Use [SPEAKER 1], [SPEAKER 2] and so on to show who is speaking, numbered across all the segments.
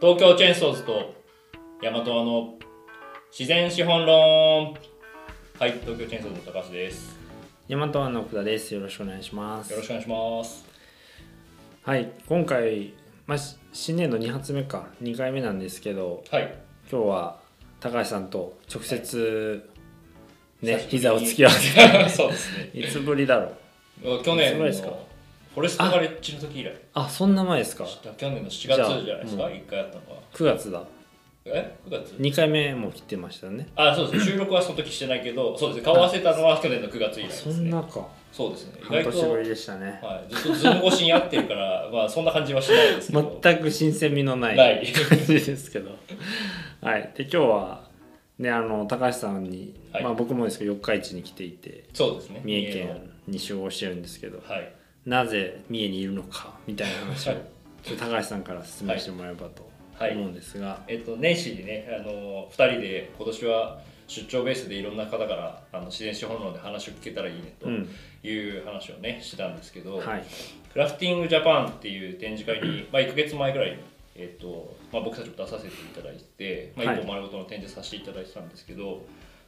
[SPEAKER 1] 東京チェーンソーズとヤマトの自然資本論はい東京チェーンソーズの高橋です
[SPEAKER 2] ヤマトアンの奥田です。よろしくお願いします
[SPEAKER 1] よろ。しくお願いします
[SPEAKER 2] はい、今回、まあ、し新年の2発目か、2回目なんですけど、
[SPEAKER 1] はい
[SPEAKER 2] 今日は高橋さんと直接、ね、
[SPEAKER 1] 久しぶりに
[SPEAKER 2] 膝を突き合わせ
[SPEAKER 1] そうですね
[SPEAKER 2] て、いつぶりだろう。
[SPEAKER 1] 去
[SPEAKER 2] いつ
[SPEAKER 1] 年
[SPEAKER 2] ぐら
[SPEAKER 1] の
[SPEAKER 2] いですか
[SPEAKER 1] フォレストガレッジの時以来
[SPEAKER 2] あ、そんな前ですか。
[SPEAKER 1] 去年の7月じゃないです
[SPEAKER 2] じゃあ
[SPEAKER 1] か一回あったのは
[SPEAKER 2] 9月だ。
[SPEAKER 1] え9月
[SPEAKER 2] 2回目も来てましたね。
[SPEAKER 1] あそうですね収録はその時してないけどそうですね顔合わせたのは去年の9月以来
[SPEAKER 2] あ
[SPEAKER 1] です
[SPEAKER 2] そ
[SPEAKER 1] ね
[SPEAKER 2] んなか。
[SPEAKER 1] そうですね意
[SPEAKER 2] 半
[SPEAKER 1] 外
[SPEAKER 2] 年ぶ
[SPEAKER 1] と
[SPEAKER 2] りでしたね。
[SPEAKER 1] はい、ずっとズーム越しに会ってるから、まあそんな感じはしないですけ ど。
[SPEAKER 2] 全く新鮮味のない。
[SPEAKER 1] ない。
[SPEAKER 2] 感じですけど。はい、で今日はねあの高橋さんに、
[SPEAKER 1] はい
[SPEAKER 2] まあ僕もですけど四日市に来ていて
[SPEAKER 1] そうですね。
[SPEAKER 2] 三重県に集合してるんですけど、
[SPEAKER 1] の。はい。
[SPEAKER 2] なぜ三重にいるのかみたいな話を
[SPEAKER 1] はい
[SPEAKER 2] ちょっと高橋さんから説明してもらえばと
[SPEAKER 1] はい
[SPEAKER 2] 思うんですが、
[SPEAKER 1] えっと、年始にね、あの2人で今年は出張ベースでいろんな方からあの自然資本論で話を聞けたらいいね
[SPEAKER 2] うん、
[SPEAKER 1] という話をね、してたんですけど、
[SPEAKER 2] はい、
[SPEAKER 1] クラフティングジャパンっていう展示会 に、まあ、1ヶ月前ぐらいに、えっとまあ、僕たちも出させていただいて、まあ、
[SPEAKER 2] はい
[SPEAKER 1] 一本丸ごとの展示させていただいてたんですけど、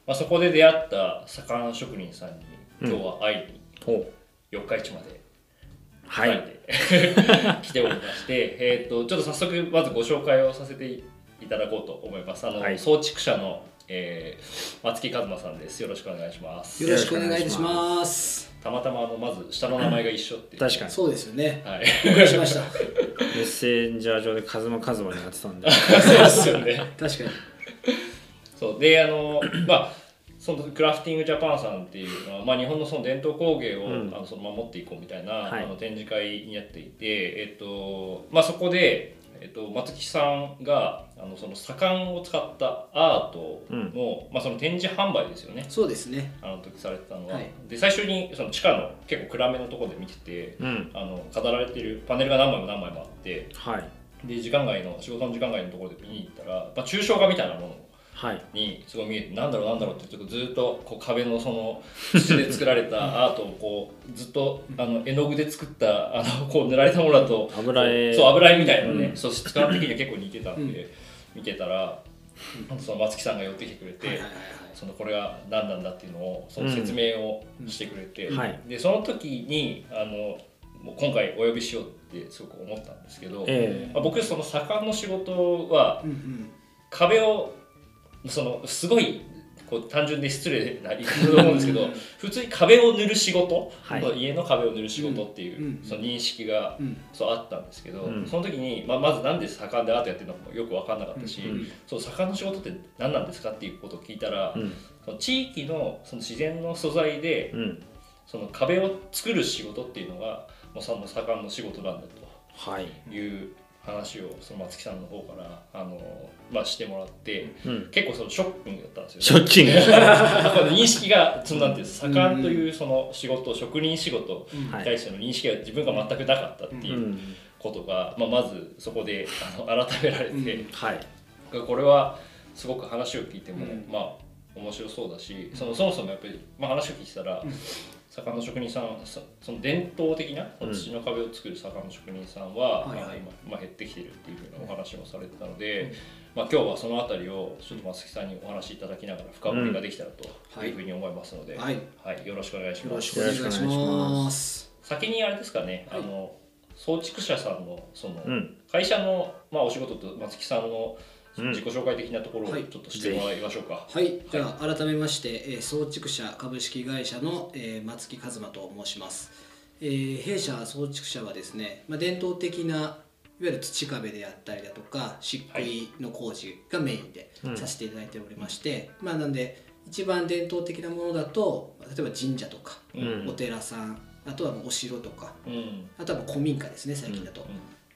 [SPEAKER 1] まあ、そこで出会った魚職人さんに今日は会いに
[SPEAKER 2] ほう
[SPEAKER 1] 四日市まで
[SPEAKER 2] は
[SPEAKER 1] はい
[SPEAKER 2] い、
[SPEAKER 1] 来ておりまして、えー、とちょっと早速まずご紹介をさせていただこうと思います。あの、
[SPEAKER 2] はい
[SPEAKER 1] 創築者の、えー松木一馬さんです。よろしくお願いします
[SPEAKER 3] よ。ろしくお願いいたします。
[SPEAKER 1] たまたまあのまず下の名前が一緒っていう。
[SPEAKER 2] 確かに
[SPEAKER 3] そうです よね。
[SPEAKER 1] はい。
[SPEAKER 3] 了解しました。
[SPEAKER 2] メッセンジャー上でカズマカズマになってたんで
[SPEAKER 1] そうですよね。
[SPEAKER 3] 確かに。
[SPEAKER 1] そうであの まあそのクラフティングジャパンさんっていうのは、まあ、日本のその伝統工芸を、
[SPEAKER 2] うん
[SPEAKER 1] あのその守っていこうみたいな、
[SPEAKER 2] はい
[SPEAKER 1] あの展示会にやっていて、えっとまあ、そこで、えっと、松木さんがあのその左官を使ったアートの,、まあ、その展示販売ですよね
[SPEAKER 3] そうですね。
[SPEAKER 1] あの時されてたのは、
[SPEAKER 3] はい
[SPEAKER 1] で最初にその地下の結構暗めのところで見てて
[SPEAKER 2] うん
[SPEAKER 1] あの飾られてるパネルが何枚も何枚もあって
[SPEAKER 2] はい
[SPEAKER 1] で時間外の仕事の時間外のところで見に行ったら、まあ、抽象画みたいなものを
[SPEAKER 2] はい
[SPEAKER 1] にすごい見えてなんだろうなんだろうってちょっとずっとこう壁のその土で作られ たアートをこうずっとあの絵の具で作ったあのこう塗られたものだと
[SPEAKER 2] 油絵
[SPEAKER 1] そう油絵みたいなね、
[SPEAKER 2] うん
[SPEAKER 1] そう質感的には結構似てたんで、
[SPEAKER 3] う
[SPEAKER 1] 見てたらその松木さんが寄ってきてくれて。
[SPEAKER 3] はいはいはいはい
[SPEAKER 1] そのこれが何なんだっていうのをその説明をしてくれて、
[SPEAKER 2] うんはい
[SPEAKER 1] でその時にあのもう今回お呼びしようってすごく思ったんですけど、
[SPEAKER 2] え
[SPEAKER 1] まあ僕その左官の仕事は
[SPEAKER 3] うんうん。
[SPEAKER 1] 壁をそのすごいこう単純で失礼な言い方だと思うんですけど普通に壁を塗る仕事、
[SPEAKER 2] はい
[SPEAKER 1] 家の壁を塗る仕事っていう、
[SPEAKER 3] うんうん
[SPEAKER 1] その認識が
[SPEAKER 3] うん。
[SPEAKER 1] そうあったんですけど、
[SPEAKER 2] うん
[SPEAKER 1] その時に、まあ、まずなんで盛んでアートやってるのかもよく分かんなかったし、
[SPEAKER 2] うんうん
[SPEAKER 1] そう盛んの仕事って何なんですかっていうことを聞いたら、
[SPEAKER 2] うん
[SPEAKER 1] その地域のその自然の素材で
[SPEAKER 2] うん
[SPEAKER 1] その壁を作る仕事っていうのがもうその盛んの仕事なんだと。
[SPEAKER 2] はい
[SPEAKER 1] いう話をその松木さんの方からあの、まあ、してもらって、
[SPEAKER 2] うん
[SPEAKER 1] 結構そのショッキングだったんです
[SPEAKER 2] シ
[SPEAKER 1] よ、
[SPEAKER 2] ョ
[SPEAKER 1] ね。
[SPEAKER 2] ッキング
[SPEAKER 1] 認識がそのなんていうんですか左官というその仕事職人仕事
[SPEAKER 3] うん
[SPEAKER 2] は
[SPEAKER 1] に
[SPEAKER 2] い
[SPEAKER 1] 対しての認識が自分が全くなかったって
[SPEAKER 2] う
[SPEAKER 1] いうんことが、まあ、まずそこであの改められて、
[SPEAKER 2] はい
[SPEAKER 1] これはすごく話を聞いても、
[SPEAKER 3] うん
[SPEAKER 1] まあ面白そうだしそのそもそもやっぱり、まあ、話を聞いてたら、
[SPEAKER 3] うん
[SPEAKER 1] 魚の職人さんそその伝統的なその土の壁を作る魚の職人さんは、
[SPEAKER 3] はいはい
[SPEAKER 1] まあ今、まあ、減ってきてるっていうふうなお話もされてたので、まあ、今日はその辺りをちょっと松木さんにお話しいただきながら深掘りができたらと
[SPEAKER 3] はいいう
[SPEAKER 1] ふうに思いますので、
[SPEAKER 3] はい。よ
[SPEAKER 1] はいよろしくお願いしま
[SPEAKER 3] ろ
[SPEAKER 1] す
[SPEAKER 3] しくお願いします。
[SPEAKER 2] よろしくお願いしま
[SPEAKER 1] 先にあれですかね、
[SPEAKER 3] はい
[SPEAKER 1] あの創築者さんのその、
[SPEAKER 2] うん
[SPEAKER 1] 会社の、まあ、お仕事と松木さんの
[SPEAKER 2] うん
[SPEAKER 1] 自己紹介的なところを
[SPEAKER 3] はい
[SPEAKER 1] ちょっとしてもらいましょうか。
[SPEAKER 3] はい。では改めまして、えー、創築者株式会社の、えー、松木一馬と申します。えー、弊社創築者はですね、まあ伝統的ないわゆる土壁であったりだとか漆喰の工事がメインで
[SPEAKER 2] うん
[SPEAKER 3] させていただいておりまして、まあなんで一番伝統的なものだと例えば神社とか
[SPEAKER 1] うん
[SPEAKER 2] うん
[SPEAKER 3] お寺さんあとはもうお城とか
[SPEAKER 1] うんうん
[SPEAKER 3] あとはもう古民家ですね最近だと、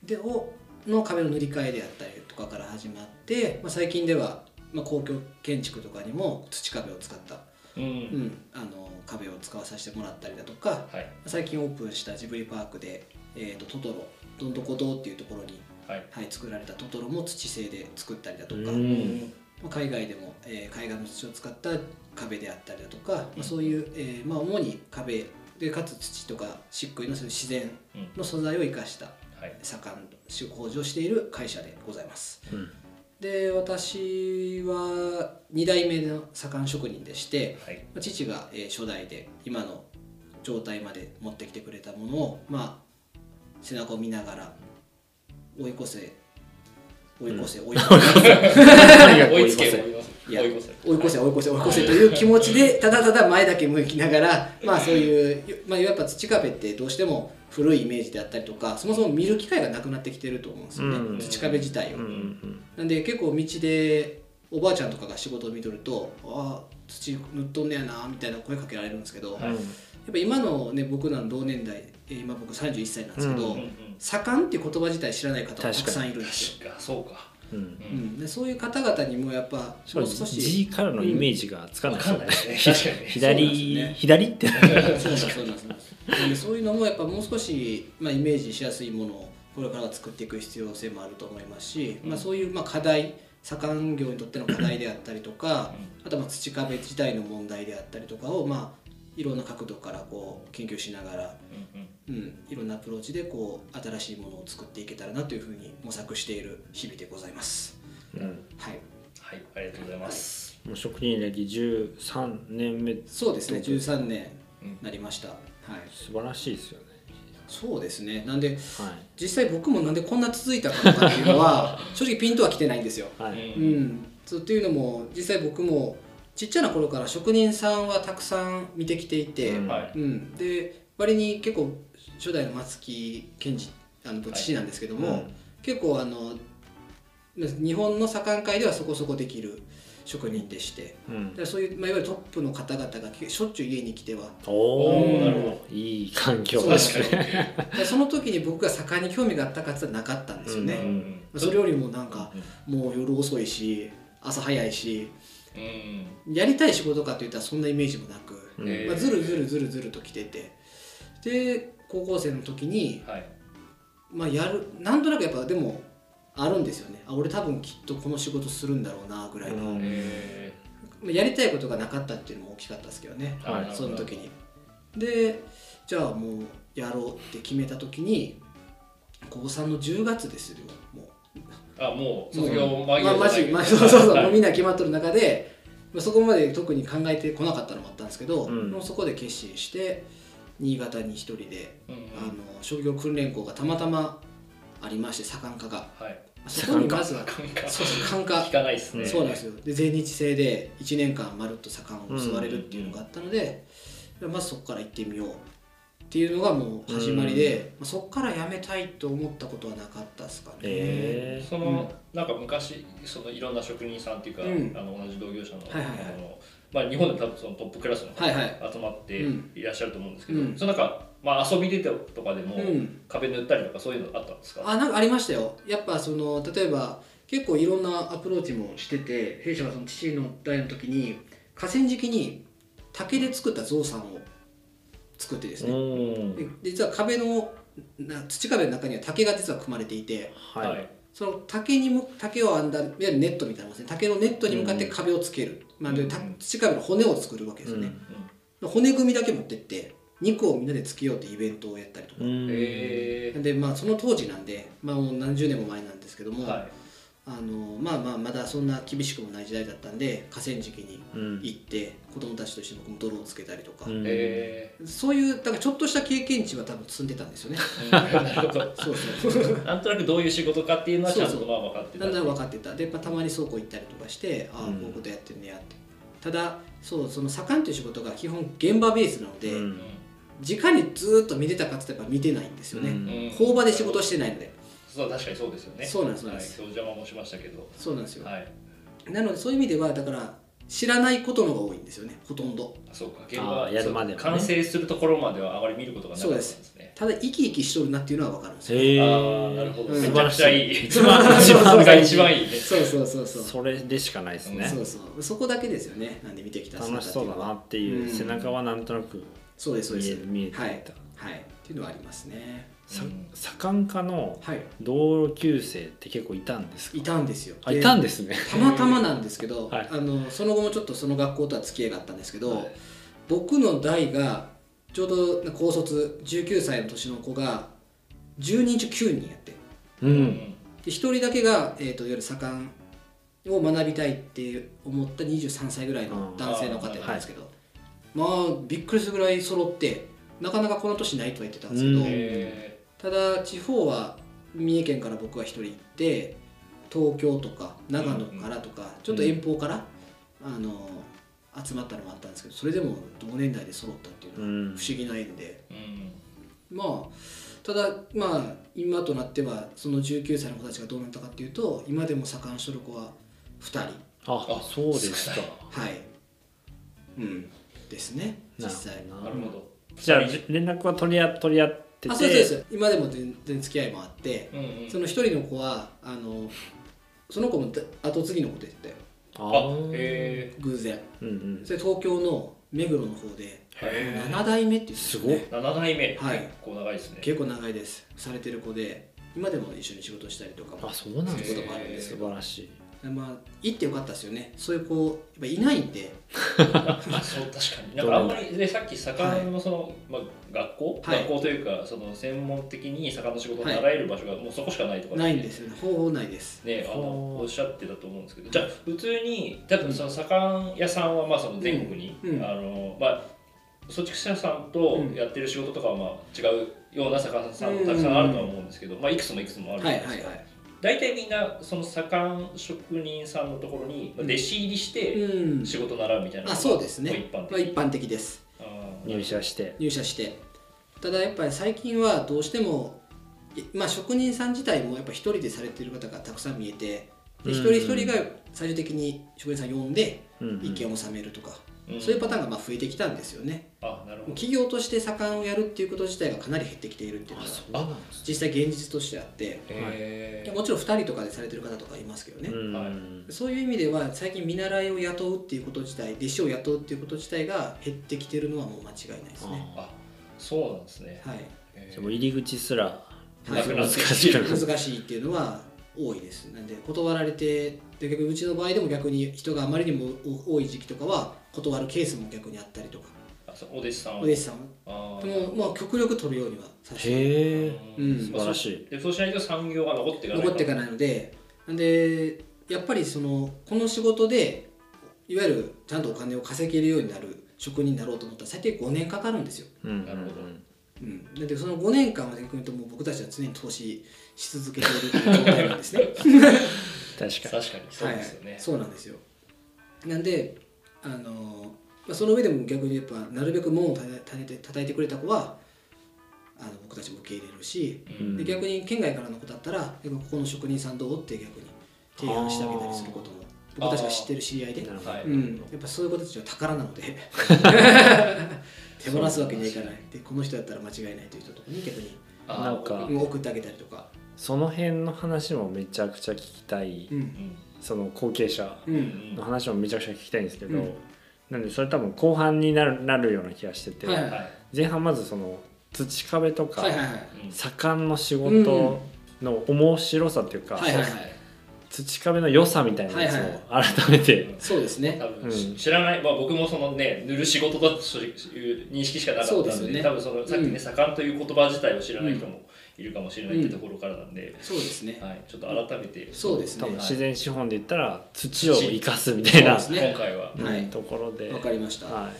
[SPEAKER 3] でをの壁の塗り替えであったりとかから始まって、まあ、最近では、まあ、公共建築とかにも土壁を使った、
[SPEAKER 1] うん
[SPEAKER 3] う、ん、あの壁を使わさせてもらったりだとか
[SPEAKER 1] はい
[SPEAKER 3] 最近オープンしたジブリパークで、えー、とトトロどんどこ堂っていうところに、
[SPEAKER 1] はい。
[SPEAKER 3] はい、作られたトトロも土製で作ったりだとか、
[SPEAKER 2] うん
[SPEAKER 3] まあ、海外でも、えー海岸の土を使った壁であったりだとか、まあ、そういう、えーまあ、主に壁でかつ土とか漆喰のそういう自然の素材を生かした
[SPEAKER 1] はい
[SPEAKER 3] 盛んし工場をしている会社でございます
[SPEAKER 2] うん
[SPEAKER 3] で私は2代目の左官職人でして
[SPEAKER 1] はい
[SPEAKER 3] まあ父がえー初代で今の状態まで持ってきてくれたものを、まあ、背中を見ながら追い越せ追い越せ追い越 せ
[SPEAKER 2] 何がこう
[SPEAKER 1] 追い
[SPEAKER 2] 言い
[SPEAKER 1] つ
[SPEAKER 2] ま
[SPEAKER 1] け
[SPEAKER 2] せん
[SPEAKER 1] 追い越
[SPEAKER 3] い
[SPEAKER 1] せ
[SPEAKER 3] や
[SPEAKER 1] 追い
[SPEAKER 3] 追い
[SPEAKER 1] 越せ
[SPEAKER 3] 越せ追い越せ追い越せという気持ちでただただ前だけ向きながらまあそういう、まあ、やっぱ土壁ってどうしても古いイメージであったりとかそもそも見る機会がなくなってきてると思うんですよね、
[SPEAKER 2] うん
[SPEAKER 3] 土壁自体を。
[SPEAKER 2] うんうん
[SPEAKER 3] なんで結構道でおばあちゃんとかが仕事を見とると「ああ土塗っとんねやな」みたいな声かけられるんですけど、
[SPEAKER 2] う
[SPEAKER 3] やっ
[SPEAKER 2] ん
[SPEAKER 3] ぱ今のね僕らの同年代えー今僕31歳なんですけど「
[SPEAKER 2] うん
[SPEAKER 3] 左官」っていう言葉自体知らない方がたくさんいるんですよ。
[SPEAKER 1] 確かそうか
[SPEAKER 2] うん
[SPEAKER 1] う
[SPEAKER 3] うんん、でそういう方々にもやっぱ
[SPEAKER 2] しか
[SPEAKER 3] も
[SPEAKER 2] も
[SPEAKER 3] う少し
[SPEAKER 2] G からのイメージがつかない
[SPEAKER 1] 分
[SPEAKER 2] で
[SPEAKER 1] か
[SPEAKER 2] すよ
[SPEAKER 1] ん
[SPEAKER 2] ね
[SPEAKER 1] ないですね確かに
[SPEAKER 2] 左、
[SPEAKER 3] そうなん
[SPEAKER 2] 左
[SPEAKER 3] ですよね
[SPEAKER 2] って
[SPEAKER 3] そうなんですそうなんですなんでそういうのもやっぱもう少し、まあ、イメージしやすいものをこれからは作っていく必要性もあると思いますし、まあ、そういうまあ課題左官業にとっての課題であったりとかあとはまあ土壁自体の問題であったりとかを、まあ、いろんな角度からこう研究しながら、
[SPEAKER 1] うんうん
[SPEAKER 3] うん、いろんなアプローチでこう新しいものを作っていけたらなというふうに模索している日々でございます。
[SPEAKER 2] うん
[SPEAKER 3] はい、
[SPEAKER 1] はいありがとうございます
[SPEAKER 2] もう職人歴13年目
[SPEAKER 3] そうですね
[SPEAKER 2] どうぞ
[SPEAKER 3] 13年
[SPEAKER 1] うん
[SPEAKER 3] なりました、はい、
[SPEAKER 2] 素晴らしいですよね
[SPEAKER 3] そうですねなんで
[SPEAKER 2] はい
[SPEAKER 3] 実際僕もなんでこんな続いたのかっていう のは正直ピンとは来てないんですよ。
[SPEAKER 2] は
[SPEAKER 1] う
[SPEAKER 2] い、
[SPEAKER 1] ん
[SPEAKER 3] うん、そうっていうのも実際僕もちっちゃな頃から職人さんはたくさん見てきていて、
[SPEAKER 2] うん
[SPEAKER 1] はい
[SPEAKER 3] うん、で割に結構初代の松木健二あのどっちなんですけども、
[SPEAKER 2] うん
[SPEAKER 3] 結構あの日本の左官界ではそこそこできる職人でして
[SPEAKER 2] うん
[SPEAKER 3] だからそういう、まあ、いわゆるトップの方々がしょっちゅう家に来ては
[SPEAKER 2] お
[SPEAKER 1] お
[SPEAKER 2] お
[SPEAKER 1] ーなるほ
[SPEAKER 2] いい環境
[SPEAKER 3] そう
[SPEAKER 2] だ
[SPEAKER 3] です
[SPEAKER 2] ね
[SPEAKER 1] 確かに
[SPEAKER 3] でその時に僕が左官に興味があったかつはなかったんですよね。
[SPEAKER 2] うん
[SPEAKER 1] うん
[SPEAKER 3] それよりもなんか
[SPEAKER 1] うん
[SPEAKER 3] もう夜遅いし朝早いし
[SPEAKER 1] うん
[SPEAKER 3] やりたい仕事かといったらそんなイメージもなく、
[SPEAKER 2] うん
[SPEAKER 1] えー
[SPEAKER 3] まあ、ずるずるずるずると来ててで高校生の時に、
[SPEAKER 1] はい
[SPEAKER 3] まあ、やるなんとなくやっぱでもあるんですよねあ俺多分きっとこの仕事するんだろうなぐらいの、
[SPEAKER 2] うん
[SPEAKER 3] ま
[SPEAKER 1] え
[SPEAKER 3] あやりたいことがなかったっていうのも大きかったですけどね
[SPEAKER 1] ー
[SPEAKER 2] はい
[SPEAKER 3] その時にでじゃあもうやろうって決めた時に高3の10月ですよもう
[SPEAKER 1] あもう卒業間
[SPEAKER 3] まあ、マジマジそうそうそう、もうみんな決まっとる中で、まあ、そこまで特に考えてこなかったのもあったんですけど、
[SPEAKER 2] うん
[SPEAKER 3] もうそこで決心して新潟に一人で、
[SPEAKER 1] うんうん
[SPEAKER 3] あの商業訓練校がたまたまありまして左官科が
[SPEAKER 1] はい
[SPEAKER 3] そこにまずは
[SPEAKER 1] 感覚
[SPEAKER 3] そ うそう官
[SPEAKER 1] 聞
[SPEAKER 3] 科
[SPEAKER 1] かないですね
[SPEAKER 3] そうなんですよで全日制で1年間まるっと左官を教われるっていうのがあったので、まずそこから行ってみようっていうのがもう始まりで、まあ、そこから辞めたいと思ったことはなかったですかね。
[SPEAKER 2] え
[SPEAKER 1] その、なんか昔そのいろんな職人さんっていうか、
[SPEAKER 3] うん
[SPEAKER 1] あの同じ同業者の,、
[SPEAKER 3] はいはいはい
[SPEAKER 1] あのまあ、日本でも多分そのトップクラスの方
[SPEAKER 3] はいはい
[SPEAKER 1] 集まって
[SPEAKER 3] うん
[SPEAKER 1] いらっしゃると思うんですけど、
[SPEAKER 3] うん
[SPEAKER 1] そのなんか、まあ、遊びでとかでも、
[SPEAKER 3] うん
[SPEAKER 1] 壁塗ったりとかそういうのあったんですか
[SPEAKER 3] あなんかありましたよやっぱその例えば結構いろんなアプローチもしてて弊社がその父の代の時に河川敷に竹で作った象さんを作ってです
[SPEAKER 2] ー、
[SPEAKER 3] ね、
[SPEAKER 2] お
[SPEAKER 3] で
[SPEAKER 2] ー
[SPEAKER 3] 実は壁のな土壁の中には竹が実は組まれていて
[SPEAKER 2] はい、
[SPEAKER 3] その竹にむ竹を編んだいわゆるネットみたいなもんですね竹のネットに向かって壁をつける、まあ、でた
[SPEAKER 1] うん
[SPEAKER 3] 土壁の骨を作るわけですよね、骨組みだけ持ってって肉をみんなでつけようってイベントをやったりと
[SPEAKER 2] う、
[SPEAKER 3] か
[SPEAKER 2] ん、
[SPEAKER 1] え
[SPEAKER 3] でまあその当時なんで、まあ、もう何十年も前なんですけども、
[SPEAKER 1] はい
[SPEAKER 3] あのまあまあまだそんな厳しくもない時代だったんで河川敷に
[SPEAKER 2] うん
[SPEAKER 3] 行って子供たちと一緒に僕も泥をつけたりとか、
[SPEAKER 2] うん
[SPEAKER 1] え
[SPEAKER 3] そういうだからちょっとした経験値は多分積んでたんですよ ね
[SPEAKER 1] ー、 なるほど
[SPEAKER 3] そうそう
[SPEAKER 1] なんとなくどういう仕事かっていうのはちゃん
[SPEAKER 3] そう
[SPEAKER 1] と
[SPEAKER 3] そう
[SPEAKER 1] まあ分かってた
[SPEAKER 3] だんだん分かってたで、まあ、たまに倉庫行ったりとかしてああこ
[SPEAKER 2] うん
[SPEAKER 3] ういうことやってんねやって、ただそうその左官という仕事が基本現場ベースなので、
[SPEAKER 2] うん
[SPEAKER 3] 直にずーっと見てたかって言ったら見てないんですよね、
[SPEAKER 2] うん
[SPEAKER 1] うん
[SPEAKER 3] 工場で仕事してないので
[SPEAKER 1] そう確かにそうですよね
[SPEAKER 3] そうなんですそうなんです
[SPEAKER 1] はい、お邪魔もしましたけど
[SPEAKER 3] そうなんですよ、
[SPEAKER 1] はい
[SPEAKER 3] なのでそういう意味ではだから知らないことのが多いんですよねほとんど
[SPEAKER 1] あそうか現場
[SPEAKER 2] あーやるまではね
[SPEAKER 1] そう完成するところまではあまり見ることがなかったんですね
[SPEAKER 3] ただ生き生きしとるなっていうのは分かるんです
[SPEAKER 2] え
[SPEAKER 3] よ
[SPEAKER 1] ああなるほど、
[SPEAKER 3] うん
[SPEAKER 1] めちゃくちゃいい
[SPEAKER 2] 素晴らしい
[SPEAKER 1] 一番が一
[SPEAKER 2] い
[SPEAKER 1] 番いいね
[SPEAKER 3] そうそうそうそう
[SPEAKER 2] それでしかないですね
[SPEAKER 3] そうそうそこだけですよねなんで見てきた
[SPEAKER 2] 楽しそうだなっていう、
[SPEAKER 3] うん
[SPEAKER 2] 背中はなんとなく
[SPEAKER 3] そうですそうです
[SPEAKER 2] 見える見えてきた
[SPEAKER 3] はい、はい、っていうのはありますね
[SPEAKER 2] さ
[SPEAKER 1] うん
[SPEAKER 2] 左官科の
[SPEAKER 3] はい
[SPEAKER 2] 同級生って結構いたんですか
[SPEAKER 3] いたんですよ
[SPEAKER 2] あいたん
[SPEAKER 3] で
[SPEAKER 2] ですね
[SPEAKER 3] たまたまなんですけど、
[SPEAKER 2] はい
[SPEAKER 3] あのその後もちょっとその学校とは付き合いがあったんですけど、
[SPEAKER 2] はい
[SPEAKER 3] 僕の代がちょうど高卒19歳の年の子が10人中9人やってる
[SPEAKER 1] う
[SPEAKER 2] う、
[SPEAKER 1] ん
[SPEAKER 3] で1人だけが、えー、といわゆる左官を学びたいって思った23歳ぐらいの男性の方なんですけど、まあびっくりするぐらい揃ってなかなかこの年ないとは言ってたんですけど、
[SPEAKER 2] うん
[SPEAKER 1] へ
[SPEAKER 3] ただ地方は三重県から僕は一人行って東京とか長野からとか、ちょっと遠方から、あの集まったのもあったんですけどそれでも同年代で揃ったっていう
[SPEAKER 2] う
[SPEAKER 3] のは
[SPEAKER 2] ん
[SPEAKER 3] 不思議な縁で、
[SPEAKER 1] ーうん
[SPEAKER 3] まあただまあ今となってはその19歳の子たちがどうなったかっていうと今でも左官しとる子は2人
[SPEAKER 2] あ
[SPEAKER 1] あ
[SPEAKER 2] そうですか
[SPEAKER 1] 少ない
[SPEAKER 3] はいうんですね実際
[SPEAKER 2] なるほ
[SPEAKER 1] なるほど
[SPEAKER 2] じゃあじ連絡は取り合取り合ってて
[SPEAKER 3] あそうですそうです今でも全然付き合いもあって、
[SPEAKER 1] うんうん
[SPEAKER 3] その一人の子はあのその子もだ後継ぎのこと言ってたよ
[SPEAKER 2] あ
[SPEAKER 1] あ
[SPEAKER 2] ー
[SPEAKER 1] へ
[SPEAKER 3] 偶然
[SPEAKER 2] うんうん
[SPEAKER 3] それ東京の目黒の方で
[SPEAKER 1] えへ
[SPEAKER 3] 7代目って言って
[SPEAKER 2] す
[SPEAKER 3] た
[SPEAKER 2] ご
[SPEAKER 3] ね
[SPEAKER 2] っ
[SPEAKER 1] 7代目、
[SPEAKER 3] はい
[SPEAKER 1] 結構長いですね
[SPEAKER 3] 結構長いですされてる子で今でも一緒に仕事したりとかも
[SPEAKER 2] あそうなんです
[SPEAKER 3] そうい
[SPEAKER 2] ね
[SPEAKER 3] うこともあるんです
[SPEAKER 2] 素
[SPEAKER 3] よ
[SPEAKER 2] 晴らしい
[SPEAKER 3] まあ行ってよかったですよねそういう子やっぱいないんで
[SPEAKER 1] そう確かになんかあんまりでさっき盛んのその、まあ、学校、
[SPEAKER 3] はい
[SPEAKER 1] 学校というかその専門的に盛んの仕事を習える場所がもうそこしかないとかって
[SPEAKER 3] ないんですよね方法ないです
[SPEAKER 1] ねあの
[SPEAKER 2] ほう
[SPEAKER 1] おっしゃってたと思うんですけどじゃあ普通に多分その盛ん屋さんはまあその全国に、
[SPEAKER 3] うんうん
[SPEAKER 1] あのまあ貯蓄者さんとやってる仕事とかはまあ違うような盛んさんもたくさんあるとは思うんですけど、まあ、いくつもいくつもあるじ
[SPEAKER 3] は
[SPEAKER 1] ゃ
[SPEAKER 3] い
[SPEAKER 1] ない
[SPEAKER 3] は
[SPEAKER 1] で
[SPEAKER 3] い
[SPEAKER 1] すか、
[SPEAKER 3] はい
[SPEAKER 1] 大体みんなその盛ん職人さんのところにまあ弟子入りして
[SPEAKER 3] うん
[SPEAKER 1] 仕事習うみたいなのが
[SPEAKER 3] あそうですね
[SPEAKER 1] まあ一般
[SPEAKER 3] まあ
[SPEAKER 1] 的
[SPEAKER 3] 一般的です
[SPEAKER 1] あー
[SPEAKER 2] 入社して
[SPEAKER 3] 入社してただやっぱり最近はどうしてもいまあ職人さん自体もやっぱ一人でされてる方がたくさん見えて
[SPEAKER 2] うん
[SPEAKER 3] で一人一人が最終的に職人さん呼んで
[SPEAKER 2] うんうん
[SPEAKER 3] 意見を収めるとか、
[SPEAKER 1] うん
[SPEAKER 3] そういうパターンがまあ増えてきたんですよね
[SPEAKER 1] あなるほど
[SPEAKER 3] 企業として盛んをやるっていうこと自体がかなり減ってきているっていうの
[SPEAKER 2] あ
[SPEAKER 3] が
[SPEAKER 2] そうなんです
[SPEAKER 3] 実際現実としてあって
[SPEAKER 1] へー
[SPEAKER 3] もちろん2人とかでされてる方とかいますけどね、
[SPEAKER 2] ねうん
[SPEAKER 1] はい
[SPEAKER 3] そういう意味では最近見習いを雇うっていうこと自体弟子を雇うっていうこと自体が減ってきてるのはもう間違いないですね
[SPEAKER 1] あそうなんですね、
[SPEAKER 3] はい
[SPEAKER 1] へー
[SPEAKER 2] あでも入り口すら
[SPEAKER 3] はい
[SPEAKER 2] 難しくなる
[SPEAKER 3] 難しいっていうのは多いですなんで断られてで逆にうちの場合でも逆に人があまりにも多い時期とかは断るケースも逆にあったりとか
[SPEAKER 1] あそうお弟子さんは
[SPEAKER 3] お弟子さんは
[SPEAKER 1] あー
[SPEAKER 3] でもまあ極力取るようにはさせて
[SPEAKER 2] へえ
[SPEAKER 3] うん
[SPEAKER 2] 素晴らしい
[SPEAKER 1] でそうしないと産業が残っていかない
[SPEAKER 3] 残っていかないのでなんでやっぱりそのこの仕事でいわゆるちゃんとお金を稼げるようになる職人になろうと思ったら最低5年かかるんですよ、
[SPEAKER 2] うん
[SPEAKER 1] なるほど
[SPEAKER 3] うん、なんでその5年間は逆に言うともう僕たちは常に投資し続けているという状態なんですね
[SPEAKER 2] 確かに
[SPEAKER 1] 確かに そうですよね、
[SPEAKER 3] はい、そうなんですよなんであのー、まあ、その上でも逆にやっぱなるべく門をたたて叩いてくれた子はあの僕たちも受け入れるし、
[SPEAKER 1] うん
[SPEAKER 3] で逆に県外からの子だったらやっぱここの職人さんどうって逆に提案してあげたりすることも
[SPEAKER 1] あー
[SPEAKER 3] 僕たちが知ってる知り合いで
[SPEAKER 2] なるほ
[SPEAKER 1] はい
[SPEAKER 3] うん、やっぱそういう子たちは宝なの で手放すわけにはいかないでこの人だったら間違いないという人とかに逆に
[SPEAKER 1] あー
[SPEAKER 2] なんか
[SPEAKER 3] うん送ってあげたりとか、
[SPEAKER 2] その辺の話もめちゃくちゃ聞きたい、
[SPEAKER 3] うん
[SPEAKER 1] うん
[SPEAKER 2] その後継者
[SPEAKER 3] う
[SPEAKER 1] うん
[SPEAKER 3] ん
[SPEAKER 2] の話もめちゃくちゃ聞きたいんですけど、
[SPEAKER 3] うん
[SPEAKER 2] なんでそれ多分後半になるなるような気がしてて、
[SPEAKER 3] はい
[SPEAKER 1] はい
[SPEAKER 2] 前半まずその土壁とか、
[SPEAKER 3] はいはいはい
[SPEAKER 1] うん
[SPEAKER 2] 左官の仕事の面白さというか、
[SPEAKER 3] はいはいはい
[SPEAKER 2] 土壁の良さみたいなやつ
[SPEAKER 3] はい
[SPEAKER 2] を改めて、
[SPEAKER 3] そうですね
[SPEAKER 1] 多分、
[SPEAKER 2] うん
[SPEAKER 1] 知らない、まあ、僕もそのね塗る仕事だという認識しかなかったん
[SPEAKER 3] そう
[SPEAKER 1] で
[SPEAKER 3] ですよね
[SPEAKER 1] 多分そのさっきね、
[SPEAKER 3] うん
[SPEAKER 1] 盛んという言葉自体を知らない人もいるかもしれないってところからなんで、
[SPEAKER 3] そうですね
[SPEAKER 1] はい、ちょっと改めて
[SPEAKER 3] そうですね
[SPEAKER 2] 多分
[SPEAKER 1] はい
[SPEAKER 2] 自然資本で言ったら土を生かすみたいな、
[SPEAKER 3] そうですね
[SPEAKER 1] 今回は、
[SPEAKER 2] うん
[SPEAKER 3] はい
[SPEAKER 2] ところで。
[SPEAKER 3] わかりました、ま
[SPEAKER 2] は